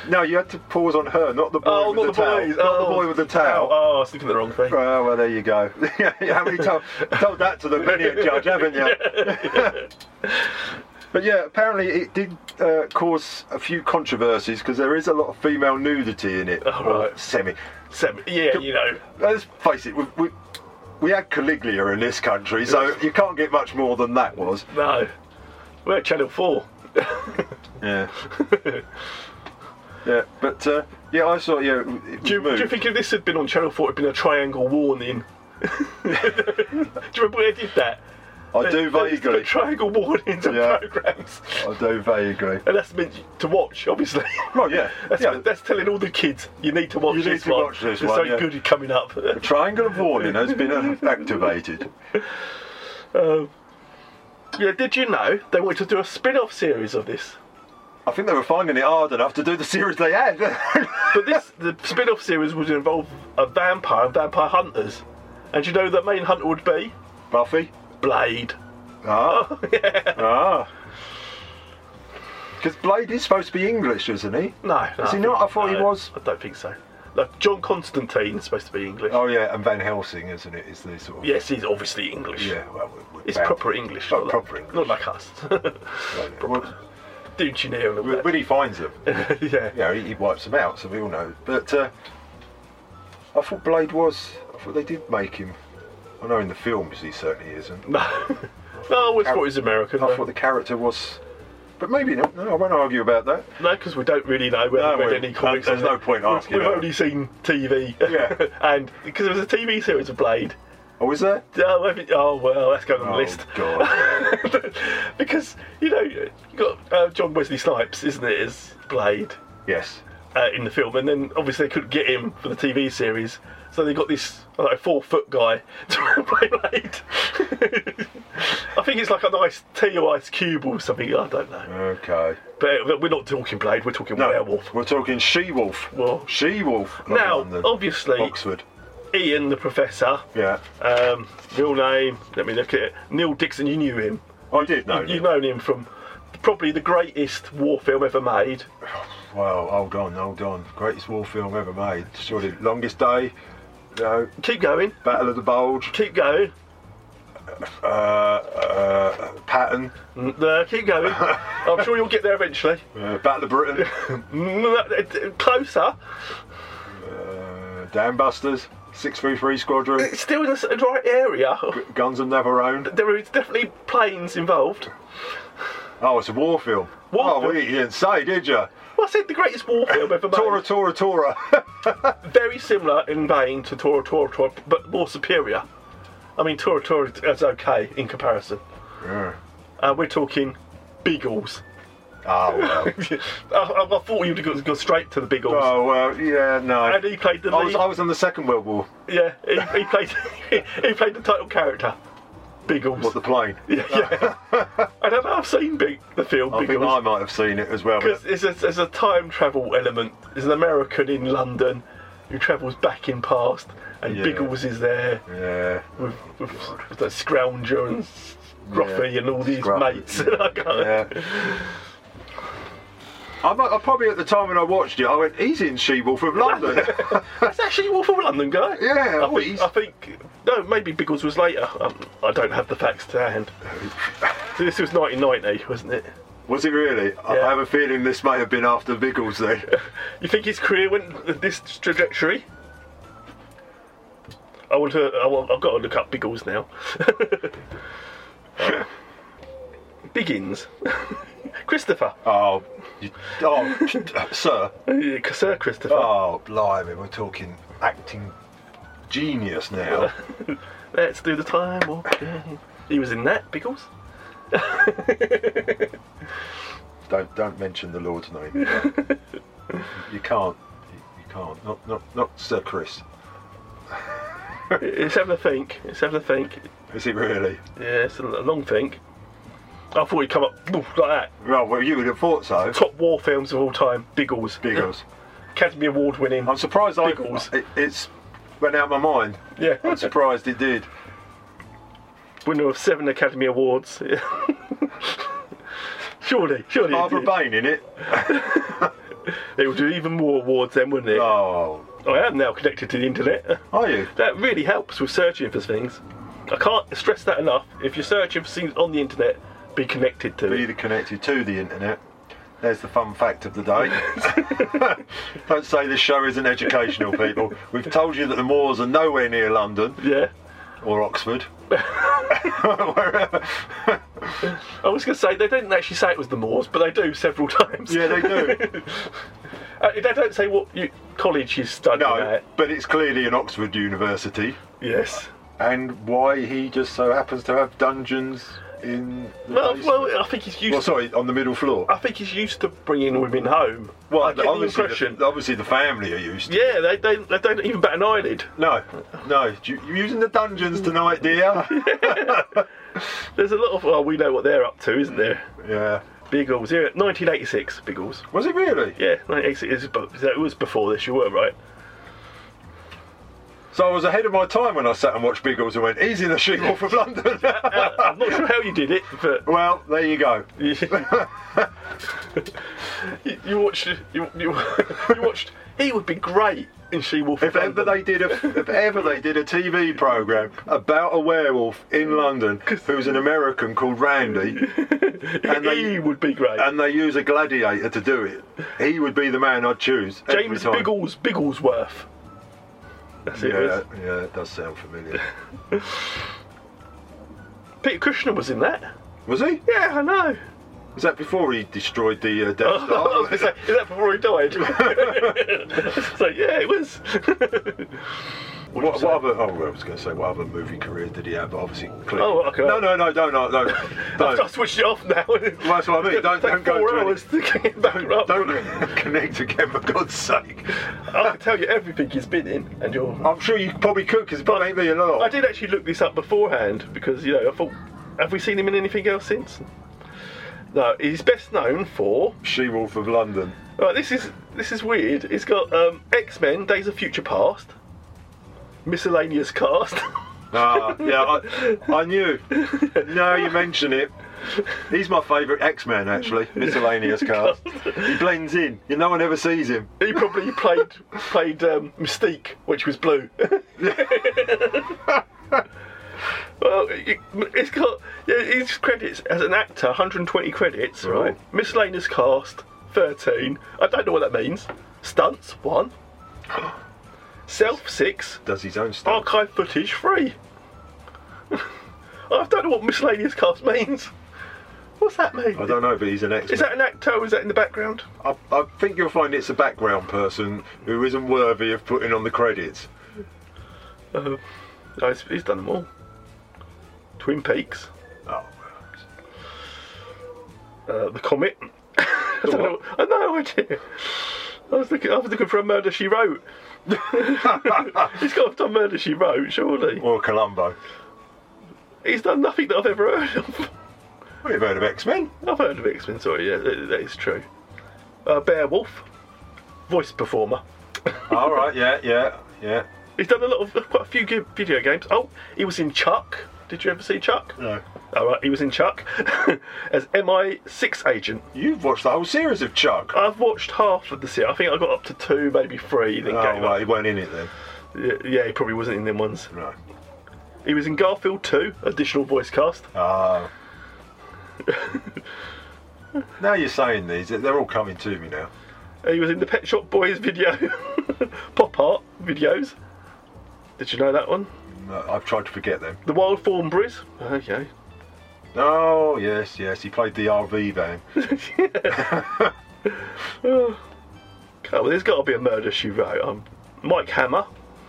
Speaker 4: No, you had to pause on her, not the boy
Speaker 3: Oh,
Speaker 4: with
Speaker 3: not
Speaker 4: the,
Speaker 3: the
Speaker 4: towel.
Speaker 3: boys.
Speaker 4: Not
Speaker 3: Oh.
Speaker 4: the boy with the towel.
Speaker 3: Oh, I was thinking the wrong thing.
Speaker 4: Well, well, there you go. How many times told that to the many a judge, haven't you? But yeah, apparently it did uh, cause a few controversies because there is a lot of female nudity in it.
Speaker 3: Oh,
Speaker 4: Or
Speaker 3: right.
Speaker 4: Semi.
Speaker 3: Semi. Yeah, you know.
Speaker 4: Let's face it, we, we, we had Caligula in this country, so you can't get much more than that was.
Speaker 3: No. We're at Channel 4.
Speaker 4: Yeah. yeah, but uh, yeah, I saw, yeah. It
Speaker 3: Do you, do you think if this had been on Channel 4, it'd been a triangle warning? do you remember when they did that?
Speaker 4: I
Speaker 3: They
Speaker 4: do
Speaker 3: used to
Speaker 4: vaguely.
Speaker 3: put Triangle warnings on programs,
Speaker 4: I do vaguely.
Speaker 3: and that's meant to watch, obviously.
Speaker 4: Well, yeah,
Speaker 3: that's,
Speaker 4: yeah.
Speaker 3: that's telling all the kids you need to watch
Speaker 4: You need
Speaker 3: this
Speaker 4: to
Speaker 3: one.
Speaker 4: watch this
Speaker 3: There's
Speaker 4: one,
Speaker 3: something
Speaker 4: yeah.
Speaker 3: good coming up.
Speaker 4: The triangle of warning has been uh, activated.
Speaker 3: Um, yeah, did you know they wanted to do a spin-off series of this?
Speaker 4: I think they were finding it hard enough to do the series they had.
Speaker 3: but this, the spin-off series would involve a vampire and vampire hunters. And do you know who the main hunter would be?
Speaker 4: Buffy.
Speaker 3: Oh, Blade.
Speaker 4: Ah. ah. Because Blade is supposed to be English, isn't he?
Speaker 3: No, no,
Speaker 4: Is he
Speaker 3: I
Speaker 4: not? I
Speaker 3: think-
Speaker 4: thought he
Speaker 3: no,
Speaker 4: was.
Speaker 3: I don't think so. No, John Constantine is supposed to be English.
Speaker 4: Oh yeah, and Van Helsing, isn't it? Is the sort of
Speaker 3: Yes, he's obviously English.
Speaker 4: Yeah, well,
Speaker 3: it's
Speaker 4: bad.
Speaker 3: proper English.
Speaker 4: Oh,
Speaker 3: not
Speaker 4: proper
Speaker 3: like, Not like us. proper. Ducheney and all
Speaker 4: When,
Speaker 3: that.
Speaker 4: when he finds them,
Speaker 3: yeah,
Speaker 4: yeah, he, he wipes them out. So we all know. But uh, I thought Blade was. I thought they did make him. I know in the films he certainly isn't.
Speaker 3: No, no, I always thought he was American.
Speaker 4: I
Speaker 3: though.
Speaker 4: thought the character was. But maybe not. No, I won't argue about that.
Speaker 3: No, because we don't really know whether
Speaker 4: No,
Speaker 3: we're
Speaker 4: we-
Speaker 3: any comics.
Speaker 4: there's
Speaker 3: on it.
Speaker 4: no point
Speaker 3: We've-
Speaker 4: asking
Speaker 3: We've
Speaker 4: about
Speaker 3: only seen TV.
Speaker 4: Yeah.
Speaker 3: and because there was a TV series of Blade.
Speaker 4: Oh, was there?
Speaker 3: Oh, I think- oh well, let's go on the list. because you know you got uh, John Wesley Snipes, isn't it, as Blade?
Speaker 4: Yes.
Speaker 3: Uh, in the film, and then obviously they couldn't get him for the TV series, so they got this like four foot guy to play Blade. I think it's like a nice tea or ice cube or something. I don't know.
Speaker 4: Okay.
Speaker 3: But we're not talking Blade. We're talking
Speaker 4: No,
Speaker 3: werewolf.
Speaker 4: We're talking she-wolf.
Speaker 3: Well,
Speaker 4: she-wolf. not
Speaker 3: Now,
Speaker 4: the one that-
Speaker 3: obviously,
Speaker 4: Oxford.
Speaker 3: Ian the Professor.
Speaker 4: Yeah.
Speaker 3: Um, real name. Let me look at it. Neil Dixon. You knew him.
Speaker 4: I did know
Speaker 3: You,
Speaker 4: him.
Speaker 3: have known him from probably the greatest war film ever made.
Speaker 4: Wow, hold on, hold on. Greatest war film ever made. Surely longest day. No.
Speaker 3: Keep going.
Speaker 4: Battle of the Bulge.
Speaker 3: Keep going.
Speaker 4: Uh, uh, Patton.
Speaker 3: No, keep going. I'm sure you'll get there eventually.
Speaker 4: Uh, Battle of Britain.
Speaker 3: No, it- it- Closer.
Speaker 4: uh, Dambusters. 633 Squadron.
Speaker 3: It's still in the s- right area.
Speaker 4: Guns of Navarone.
Speaker 3: There is definitely planes involved.
Speaker 4: Oh, it's a war film.
Speaker 3: War
Speaker 4: oh,
Speaker 3: film.
Speaker 4: well, you didn't say, did you?
Speaker 3: Well, I said the greatest war film ever made.
Speaker 4: Tora, Tora, Tora.
Speaker 3: Very similar in vein to Tora Tora Tora, but more superior. I mean, Tora Tora is okay in comparison.
Speaker 4: Yeah.
Speaker 3: Uh, we're talking Beagles.
Speaker 4: Oh, well.
Speaker 3: I, I, I thought you'd have gone straight to the Beagles.
Speaker 4: Oh, well, yeah, no.
Speaker 3: And he played the
Speaker 4: I was,
Speaker 3: lead.
Speaker 4: I was on the Second World War.
Speaker 3: Yeah, he, he played he played the title character, Biggles.
Speaker 4: What, the plane?
Speaker 3: Yeah, yeah. I don't know. I've seen Big, the film
Speaker 4: I think I
Speaker 3: Biggles
Speaker 4: might have seen it as well. but-
Speaker 3: because it's a, there's a time travel element. There's an American in London who travels back in past, and
Speaker 4: Yeah.
Speaker 3: Biggles is there
Speaker 4: Yeah.
Speaker 3: with, with, with the Scrounger and Ruffy
Speaker 4: Yeah.
Speaker 3: and all these
Speaker 4: Scruffy,
Speaker 3: mates. And I go,
Speaker 4: I'm, I probably at the time when I watched it, I went, he's in She-Wolf of London.
Speaker 3: It's actually Wolf of London guy.
Speaker 4: Yeah,
Speaker 3: I think, I think no, maybe Biggles was later. Um, I don't have the facts to hand. so this was 1990, wasn't it?
Speaker 4: Was it really? I
Speaker 3: Yeah.
Speaker 4: I have a feeling this may have been after Biggles then.
Speaker 3: You think his career went this trajectory? I want to. I want, I've got to look up Biggles now. Uh, Biggins, Christopher.
Speaker 4: Oh, you, oh, sir.
Speaker 3: Yeah, Sir Christopher.
Speaker 4: Oh, blimey, we're talking acting genius now.
Speaker 3: Let's do the time warp. He was in that Biggles.
Speaker 4: don't don't mention the Lord's name. you can't. You, you can't. Not not not Sir Chris.
Speaker 3: Let's have a think. Let's have a think.
Speaker 4: Is it really?
Speaker 3: Yeah, it's a l- a long think. I thought he'd come up woof, like that.
Speaker 4: Well, well, you would have thought so.
Speaker 3: Top war films of all time, Biggles.
Speaker 4: Biggles.
Speaker 3: Academy Award winning.
Speaker 4: I'm surprised I.
Speaker 3: Biggles.
Speaker 4: It, it's went out of my mind.
Speaker 3: Yeah.
Speaker 4: I'm surprised it did.
Speaker 3: Winner of seven Academy Awards. surely, surely.
Speaker 4: Barbara Bain in it.
Speaker 3: It would do even more awards then, wouldn't it?
Speaker 4: Oh.
Speaker 3: I am now connected to the internet.
Speaker 4: Are you?
Speaker 3: That really helps with searching for things. I can't stress that enough. If you're searching for things on the internet, be connected to
Speaker 4: Be
Speaker 3: it.
Speaker 4: connected to the internet. There's the fun fact of the day. Don't say this show isn't educational, people. We've told you that the moors are nowhere near London
Speaker 3: Yeah.
Speaker 4: or Oxford.
Speaker 3: I was going to say they didn't actually say it was the Moors, but they do several times.
Speaker 4: Yeah, they do.
Speaker 3: Uh, they don't say what you, college you study
Speaker 4: No,
Speaker 3: at.
Speaker 4: but it's clearly an Oxford university.
Speaker 3: Yes.
Speaker 4: And why he just so happens to have dungeons in the
Speaker 3: Well,
Speaker 4: basement.
Speaker 3: well, I think he's used.
Speaker 4: Well,
Speaker 3: to,
Speaker 4: sorry, on the middle floor.
Speaker 3: I think he's used to bringing women home. Well, I get the
Speaker 4: obviously,
Speaker 3: impression.
Speaker 4: The, obviously the family are used. To.
Speaker 3: yeah, they, they they don't even bat an eyelid.
Speaker 4: No, no, you, you're using the dungeons tonight, dear.
Speaker 3: There's a lot of well, we know what they're up to, isn't there?
Speaker 4: yeah.
Speaker 3: Biggles here, 1986. Biggles.
Speaker 4: Was it really?
Speaker 3: Yeah, 1986. is- but It was before this. You were right.
Speaker 4: So I was ahead of my time when I sat and watched Biggles and went, "Easy the she wolf of London." I'm
Speaker 3: not sure how you did it, but
Speaker 4: well, there you go.
Speaker 3: you, you watched. You, you, you watched. He would be great in She Wolf.
Speaker 4: If ever they did a, if ever they did a TV program about a werewolf in London who's an American called Randy, and
Speaker 3: he would be great.
Speaker 4: and they use a gladiator to do it, he would be the man I'd choose. every
Speaker 3: James
Speaker 4: time.
Speaker 3: Biggles Bigglesworth. That's it.
Speaker 4: Yeah,
Speaker 3: isn't
Speaker 4: yeah, it does sound familiar.
Speaker 3: it? Peter Kushner was in that.
Speaker 4: Was he?
Speaker 3: Yeah, I know.
Speaker 4: Was that before he destroyed the uh, Death
Speaker 3: I
Speaker 4: Star?
Speaker 3: was going to say, is that before he died? so yeah, it was.
Speaker 4: What, what other? Oh, I was going to say, what other movie career did he have? But obviously, clearly.
Speaker 3: Oh, okay.
Speaker 4: No, no, no, don't, no, no.
Speaker 3: I've
Speaker 4: don't.
Speaker 3: just switched it off now.
Speaker 4: Well, that's what I mean. Don't, don't
Speaker 3: Take
Speaker 4: go
Speaker 3: four
Speaker 4: to
Speaker 3: hours to get back up.
Speaker 4: Don't connect again, for God's sake.
Speaker 3: I can tell you everything he's been in, and you're.
Speaker 4: I'm sure you probably could, because it ain't me a lot.
Speaker 3: I did actually look this up beforehand because you know I thought, have we seen him in anything else since? No, he's best known for.
Speaker 4: She Wolf of London.
Speaker 3: Right, this is this is weird. It's got um, X Men: Days of Future Past, miscellaneous cast.
Speaker 4: Ah, yeah, I, I knew. Now you mention it. He's my favourite X-Man, actually. Miscellaneous cast. He blends in. You no one ever sees him.
Speaker 3: he probably played played um, Mystique, which was blue. well, it, it's got yeah, his credits as an actor, 120 credits, right? Miscellaneous cast, 13. I don't know what that means. Stunts, one. Self, six.
Speaker 4: Does his own stuff.
Speaker 3: Archive footage, three. I don't know what miscellaneous cast means. What's that mean?
Speaker 4: I don't know, but he's an X-Man.
Speaker 3: Oh. Is that an actor or is that in the background?
Speaker 4: I, I think you'll find it's a background person who isn't worthy of putting on the credits.
Speaker 3: Uh, no, he's, he's done them all. Twin Peaks.
Speaker 4: Oh.
Speaker 3: Uh, the Comet. I don't know. I had no idea. I was looking. I was looking for a Murder She Wrote. he's got to have done Murder She Wrote, surely.
Speaker 4: Or Columbo.
Speaker 3: He's done nothing that I've ever heard of.
Speaker 4: Well, you've heard of X-Men.
Speaker 3: I've heard of X Men. Sorry, yeah, that- that is true. Uh, Beowulf, voice performer.
Speaker 4: All right, yeah, yeah, yeah.
Speaker 3: He's done a lot of quite a few good video games. Oh, he was in Chuck. Did you ever see Chuck?
Speaker 4: No.
Speaker 3: All right, he was in Chuck as MI6 agent.
Speaker 4: You've watched the whole series of Chuck.
Speaker 3: I've watched half of the series. I think I got up to two, maybe three. Then
Speaker 4: oh,
Speaker 3: gave
Speaker 4: well,
Speaker 3: up.
Speaker 4: he weren't in it then.
Speaker 3: Y- Yeah, he probably wasn't in them ones.
Speaker 4: No.
Speaker 3: He was in Garfield 2, additional voice cast.
Speaker 4: Ah. now you're saying these, they're all coming to me now.
Speaker 3: He was in the Pet Shop Boys video, pop art videos. Did you know that one?
Speaker 4: No, I've tried to forget them.
Speaker 3: The Wild Thornberries. Okay.
Speaker 4: Oh, yes, yes, he played the RV van.
Speaker 3: Oh, well, there's got to be a murder she wrote. Um, Mike Hammer.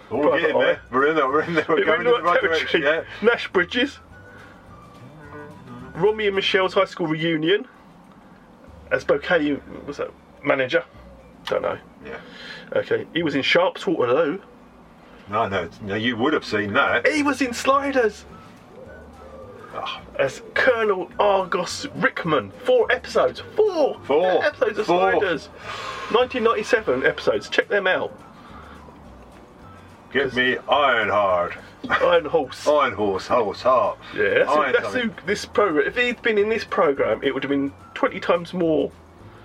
Speaker 4: Oh, we're getting there. We're in there, we're in there, we're
Speaker 3: We're
Speaker 4: going
Speaker 3: in
Speaker 4: in
Speaker 3: the
Speaker 4: the right
Speaker 3: territory.
Speaker 4: direction, yeah.
Speaker 3: Nash Bridges. Romy and Michelle's high school reunion. Uh, As bouquet, was that manager? Don't know.
Speaker 4: Yeah.
Speaker 3: Okay, he was in Sharp's Waterloo.
Speaker 4: No, no, no, you would have seen that.
Speaker 3: He was in Sliders. Ah, As Colonel Argos Rickman. Four episodes. Four.
Speaker 4: Four.
Speaker 3: episodes of
Speaker 4: Four.
Speaker 3: Sliders. 1997 episodes. Check them out.
Speaker 4: Give me Ironheart.
Speaker 3: Iron Horse.
Speaker 4: Iron Horse, Horse, Heart.
Speaker 3: Yeah, that's,
Speaker 4: Iron
Speaker 3: who, that's
Speaker 4: something.
Speaker 3: who this program. If he'd been in this program, it would have been twenty times more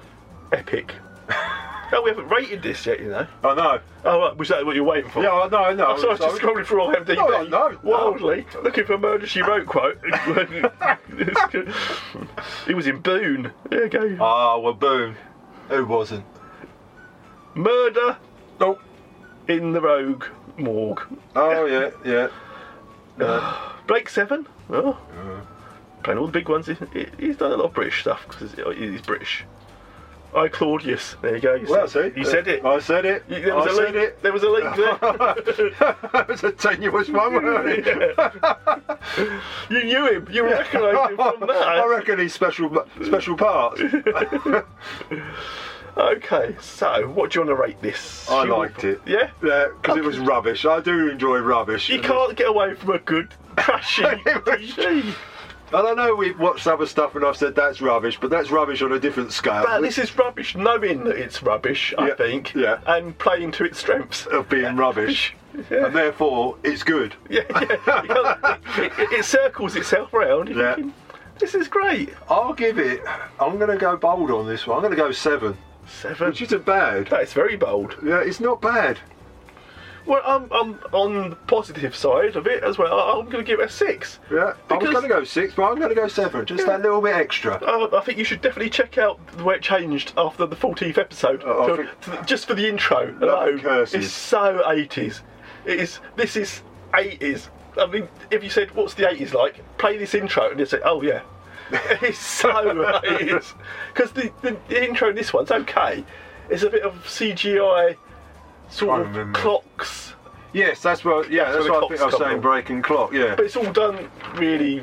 Speaker 3: epic. oh, we haven't rated this yet, you know.
Speaker 4: I know.
Speaker 3: Oh, right, was that what you're waiting for?
Speaker 4: Yeah, I know, no.
Speaker 3: I'm sorry, I was just scrolling through IMDb.
Speaker 4: No, no, no.
Speaker 3: Wildly looking for a murder she wrote quote. he was in Boone. There you go.
Speaker 4: Ah, well, boom. Who wasn't?
Speaker 3: Murder
Speaker 4: Nope.
Speaker 3: in the Rogue Morgue.
Speaker 4: Oh, yeah, yeah.
Speaker 3: Blake Seven. Oh.
Speaker 4: Uh-huh.
Speaker 3: Playing all the big ones. He- he- He's done a lot of British stuff because he's British. I Claudius. There you go. You,
Speaker 4: Well, see?
Speaker 3: said, you said it.
Speaker 4: I said it.
Speaker 3: You- there was
Speaker 4: I
Speaker 3: a
Speaker 4: said
Speaker 3: link.
Speaker 4: it.
Speaker 3: There was a link there.
Speaker 4: that was a tenuous one, wasn't it?
Speaker 3: you knew him. You recognised him from
Speaker 4: I
Speaker 3: that.
Speaker 4: reckon he's special, special parts.
Speaker 3: Okay. So, what do you want to rate this?
Speaker 4: I
Speaker 3: She Wolf-
Speaker 4: liked it.
Speaker 3: Yeah.
Speaker 4: Yeah, because it was rubbish. I do enjoy rubbish.
Speaker 3: You can't get away from a good trashy. TV.
Speaker 4: I don't know. We've watched other stuff and I've said that's rubbish, but that's rubbish on a different scale.
Speaker 3: But this is rubbish, knowing that it's rubbish. I
Speaker 4: Yeah, Oh,
Speaker 3: think.
Speaker 4: yeah.
Speaker 3: And playing to its strengths.
Speaker 4: of being rubbish. and therefore it's good.
Speaker 3: Yeah, yeah. You can't- it, it- it circles itself round. You're
Speaker 4: Yeah.
Speaker 3: thinking, This is great.
Speaker 4: I'll give it. I'm going to go bold on this one. I'm going to go seven.
Speaker 3: Seven.
Speaker 4: Which isn't bad.
Speaker 3: That's very bold.
Speaker 4: Yeah, it's not bad.
Speaker 3: Well, I'm, I'm on the positive side of it as well. I- I'm going to give it a six.
Speaker 4: Yeah, I
Speaker 3: Because-
Speaker 4: was going to go six, but I'm going to go seven. Just that little bit extra.
Speaker 3: Uh, I think you should definitely check out where it changed after the 14th episode,
Speaker 4: Oh, I
Speaker 3: to-
Speaker 4: think-
Speaker 3: to the- just for the intro. alone.
Speaker 4: curses.
Speaker 3: It's so 80s. It is. This is 80s. I mean, if you said what's the 80s like, play this intro, and you say, oh yeah, it's so 80s. Because the, the, the intro in this one's okay. It's a bit of CGI
Speaker 4: I
Speaker 3: sort of
Speaker 4: remember.
Speaker 3: clocks,
Speaker 4: Yes, that's what. Yeah,
Speaker 3: That's
Speaker 4: that's,
Speaker 3: where the
Speaker 4: what I think I
Speaker 3: clocks
Speaker 4: was
Speaker 3: come
Speaker 4: saying.
Speaker 3: from.
Speaker 4: Breaking clock. Yeah.
Speaker 3: but it's all done really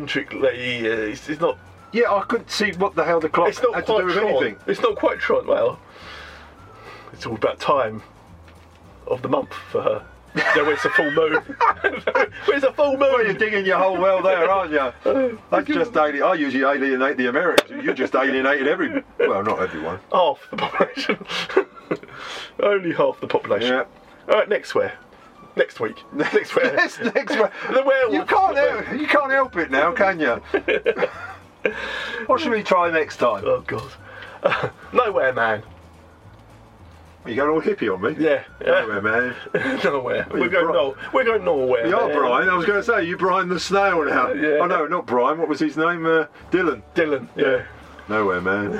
Speaker 3: rudimentarily. Uh, it's, it's not.
Speaker 4: Yeah, I couldn't see what the hell the clock
Speaker 3: It's not
Speaker 4: had to
Speaker 3: quite
Speaker 4: do with
Speaker 3: Tron.
Speaker 4: anything.
Speaker 3: It's not quite Tron. Well, it's all about time of the month for her. There it's a full moon. Where's a full moon?
Speaker 4: Well, you're digging your whole well there, aren't you? That's just alien. I usually alienate the Americans. You just alienated every. Well, not everyone.
Speaker 3: half the population. Only half the population.
Speaker 4: Yeah.
Speaker 3: All right, next where? Next week. Next where?
Speaker 4: Next, next one.
Speaker 3: The werewolf.
Speaker 4: You can't help. You can't help it now, can you? what should we try next time?
Speaker 3: Oh God. nowhere man.
Speaker 4: You going all hippie on me?
Speaker 3: Yeah.
Speaker 4: Nowhere man.
Speaker 3: nowhere.
Speaker 4: Well,
Speaker 3: We're
Speaker 4: you
Speaker 3: going
Speaker 4: bri-
Speaker 3: nowhere. We're going nowhere.
Speaker 4: You are
Speaker 3: man.
Speaker 4: Brian. I was going to say you Brian the snail now.
Speaker 3: Yeah.
Speaker 4: Oh no, not Brian. What was his name? Uh, Dylan.
Speaker 3: Dylan. Yeah.
Speaker 4: Nowhere man.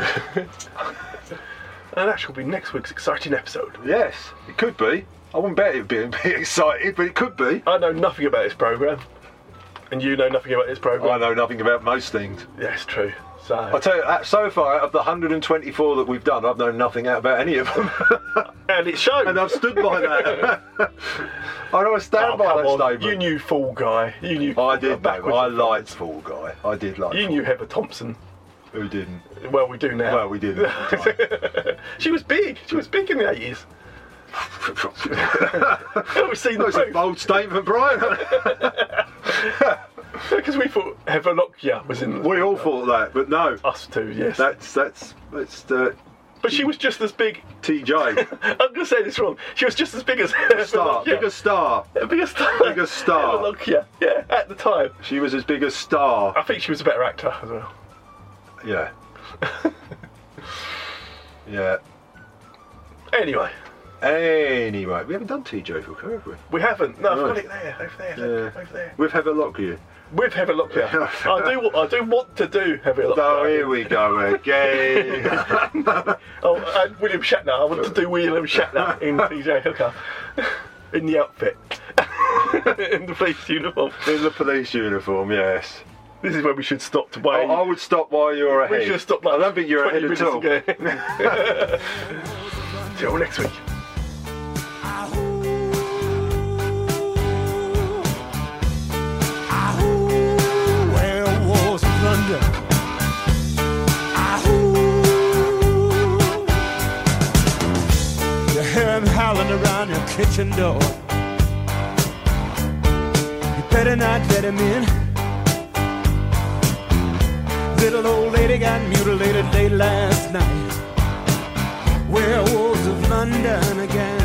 Speaker 3: And that shall be next week's exciting episode.
Speaker 4: yes, it could be. I wouldn't bet it'd be, be excited, but it could be.
Speaker 3: I know nothing about this program, and you know nothing about this program.
Speaker 4: I know nothing about most things.
Speaker 3: Yes, true. So
Speaker 4: I tell you, uh, so far out of the 124 that we've done, I've known nothing out about any of them,
Speaker 3: and it shows.
Speaker 4: and I've stood by that. I know I stand
Speaker 3: Oh,
Speaker 4: by
Speaker 3: come
Speaker 4: that
Speaker 3: on,
Speaker 4: statement.
Speaker 3: You knew Fall Guy. You knew.
Speaker 4: I did, mate.
Speaker 3: backwards
Speaker 4: I
Speaker 3: and
Speaker 4: liked Fall Guy. I did like.
Speaker 3: You
Speaker 4: Fall
Speaker 3: knew
Speaker 4: Guy.
Speaker 3: Heather Thompson.
Speaker 4: Who didn't?
Speaker 3: Well, we do now.
Speaker 4: Well, we didn't. at the time.
Speaker 3: she was big. She was big in the eighties. We've seen
Speaker 4: that
Speaker 3: the
Speaker 4: was a bold statement, Brian.
Speaker 3: because we thought Heather Lockyer was in. uh,
Speaker 4: we all thought that, but no.
Speaker 3: Us two, yes.
Speaker 4: That's that's that's uh,
Speaker 3: But she was just as big.
Speaker 4: TJ.
Speaker 3: I'm gonna say this wrong. She was just as big as Heather
Speaker 4: Star,
Speaker 3: Lockyer.
Speaker 4: bigger star.
Speaker 3: Bigger star.
Speaker 4: Bigger star.
Speaker 3: Heather Lockyer. Yeah, at the time.
Speaker 4: She was as big as star.
Speaker 3: I think she was a better actor as well.
Speaker 4: Yeah. yeah.
Speaker 3: Anyway,
Speaker 4: Anyway, we haven't done TJ for have we?
Speaker 3: we haven't. No, I've
Speaker 4: No.
Speaker 3: got it there, over there, look, over there.
Speaker 4: We've had a look here.
Speaker 3: With Heather Lockyer. I do. wa- I do want to do Heather Lockyer.
Speaker 4: Oh, here we go again.
Speaker 3: Oh, and William Shatner. I want to do William Shatner in PJ Hooker. In the outfit. in the police uniform.
Speaker 4: In the police uniform, yes.
Speaker 3: This is where we should stop to
Speaker 4: I,
Speaker 3: wait.
Speaker 4: I would stop while you're ahead.
Speaker 3: we should stop like
Speaker 4: Oh, I don't think you're
Speaker 3: 20
Speaker 4: ahead at all.
Speaker 3: minutes ago. See you all next week.
Speaker 17: Werewolves of London. Ahoo. You hear 'em howling around your kitchen door. You better not let him in. Little old lady got mutilated late last night. Werewolves of London again.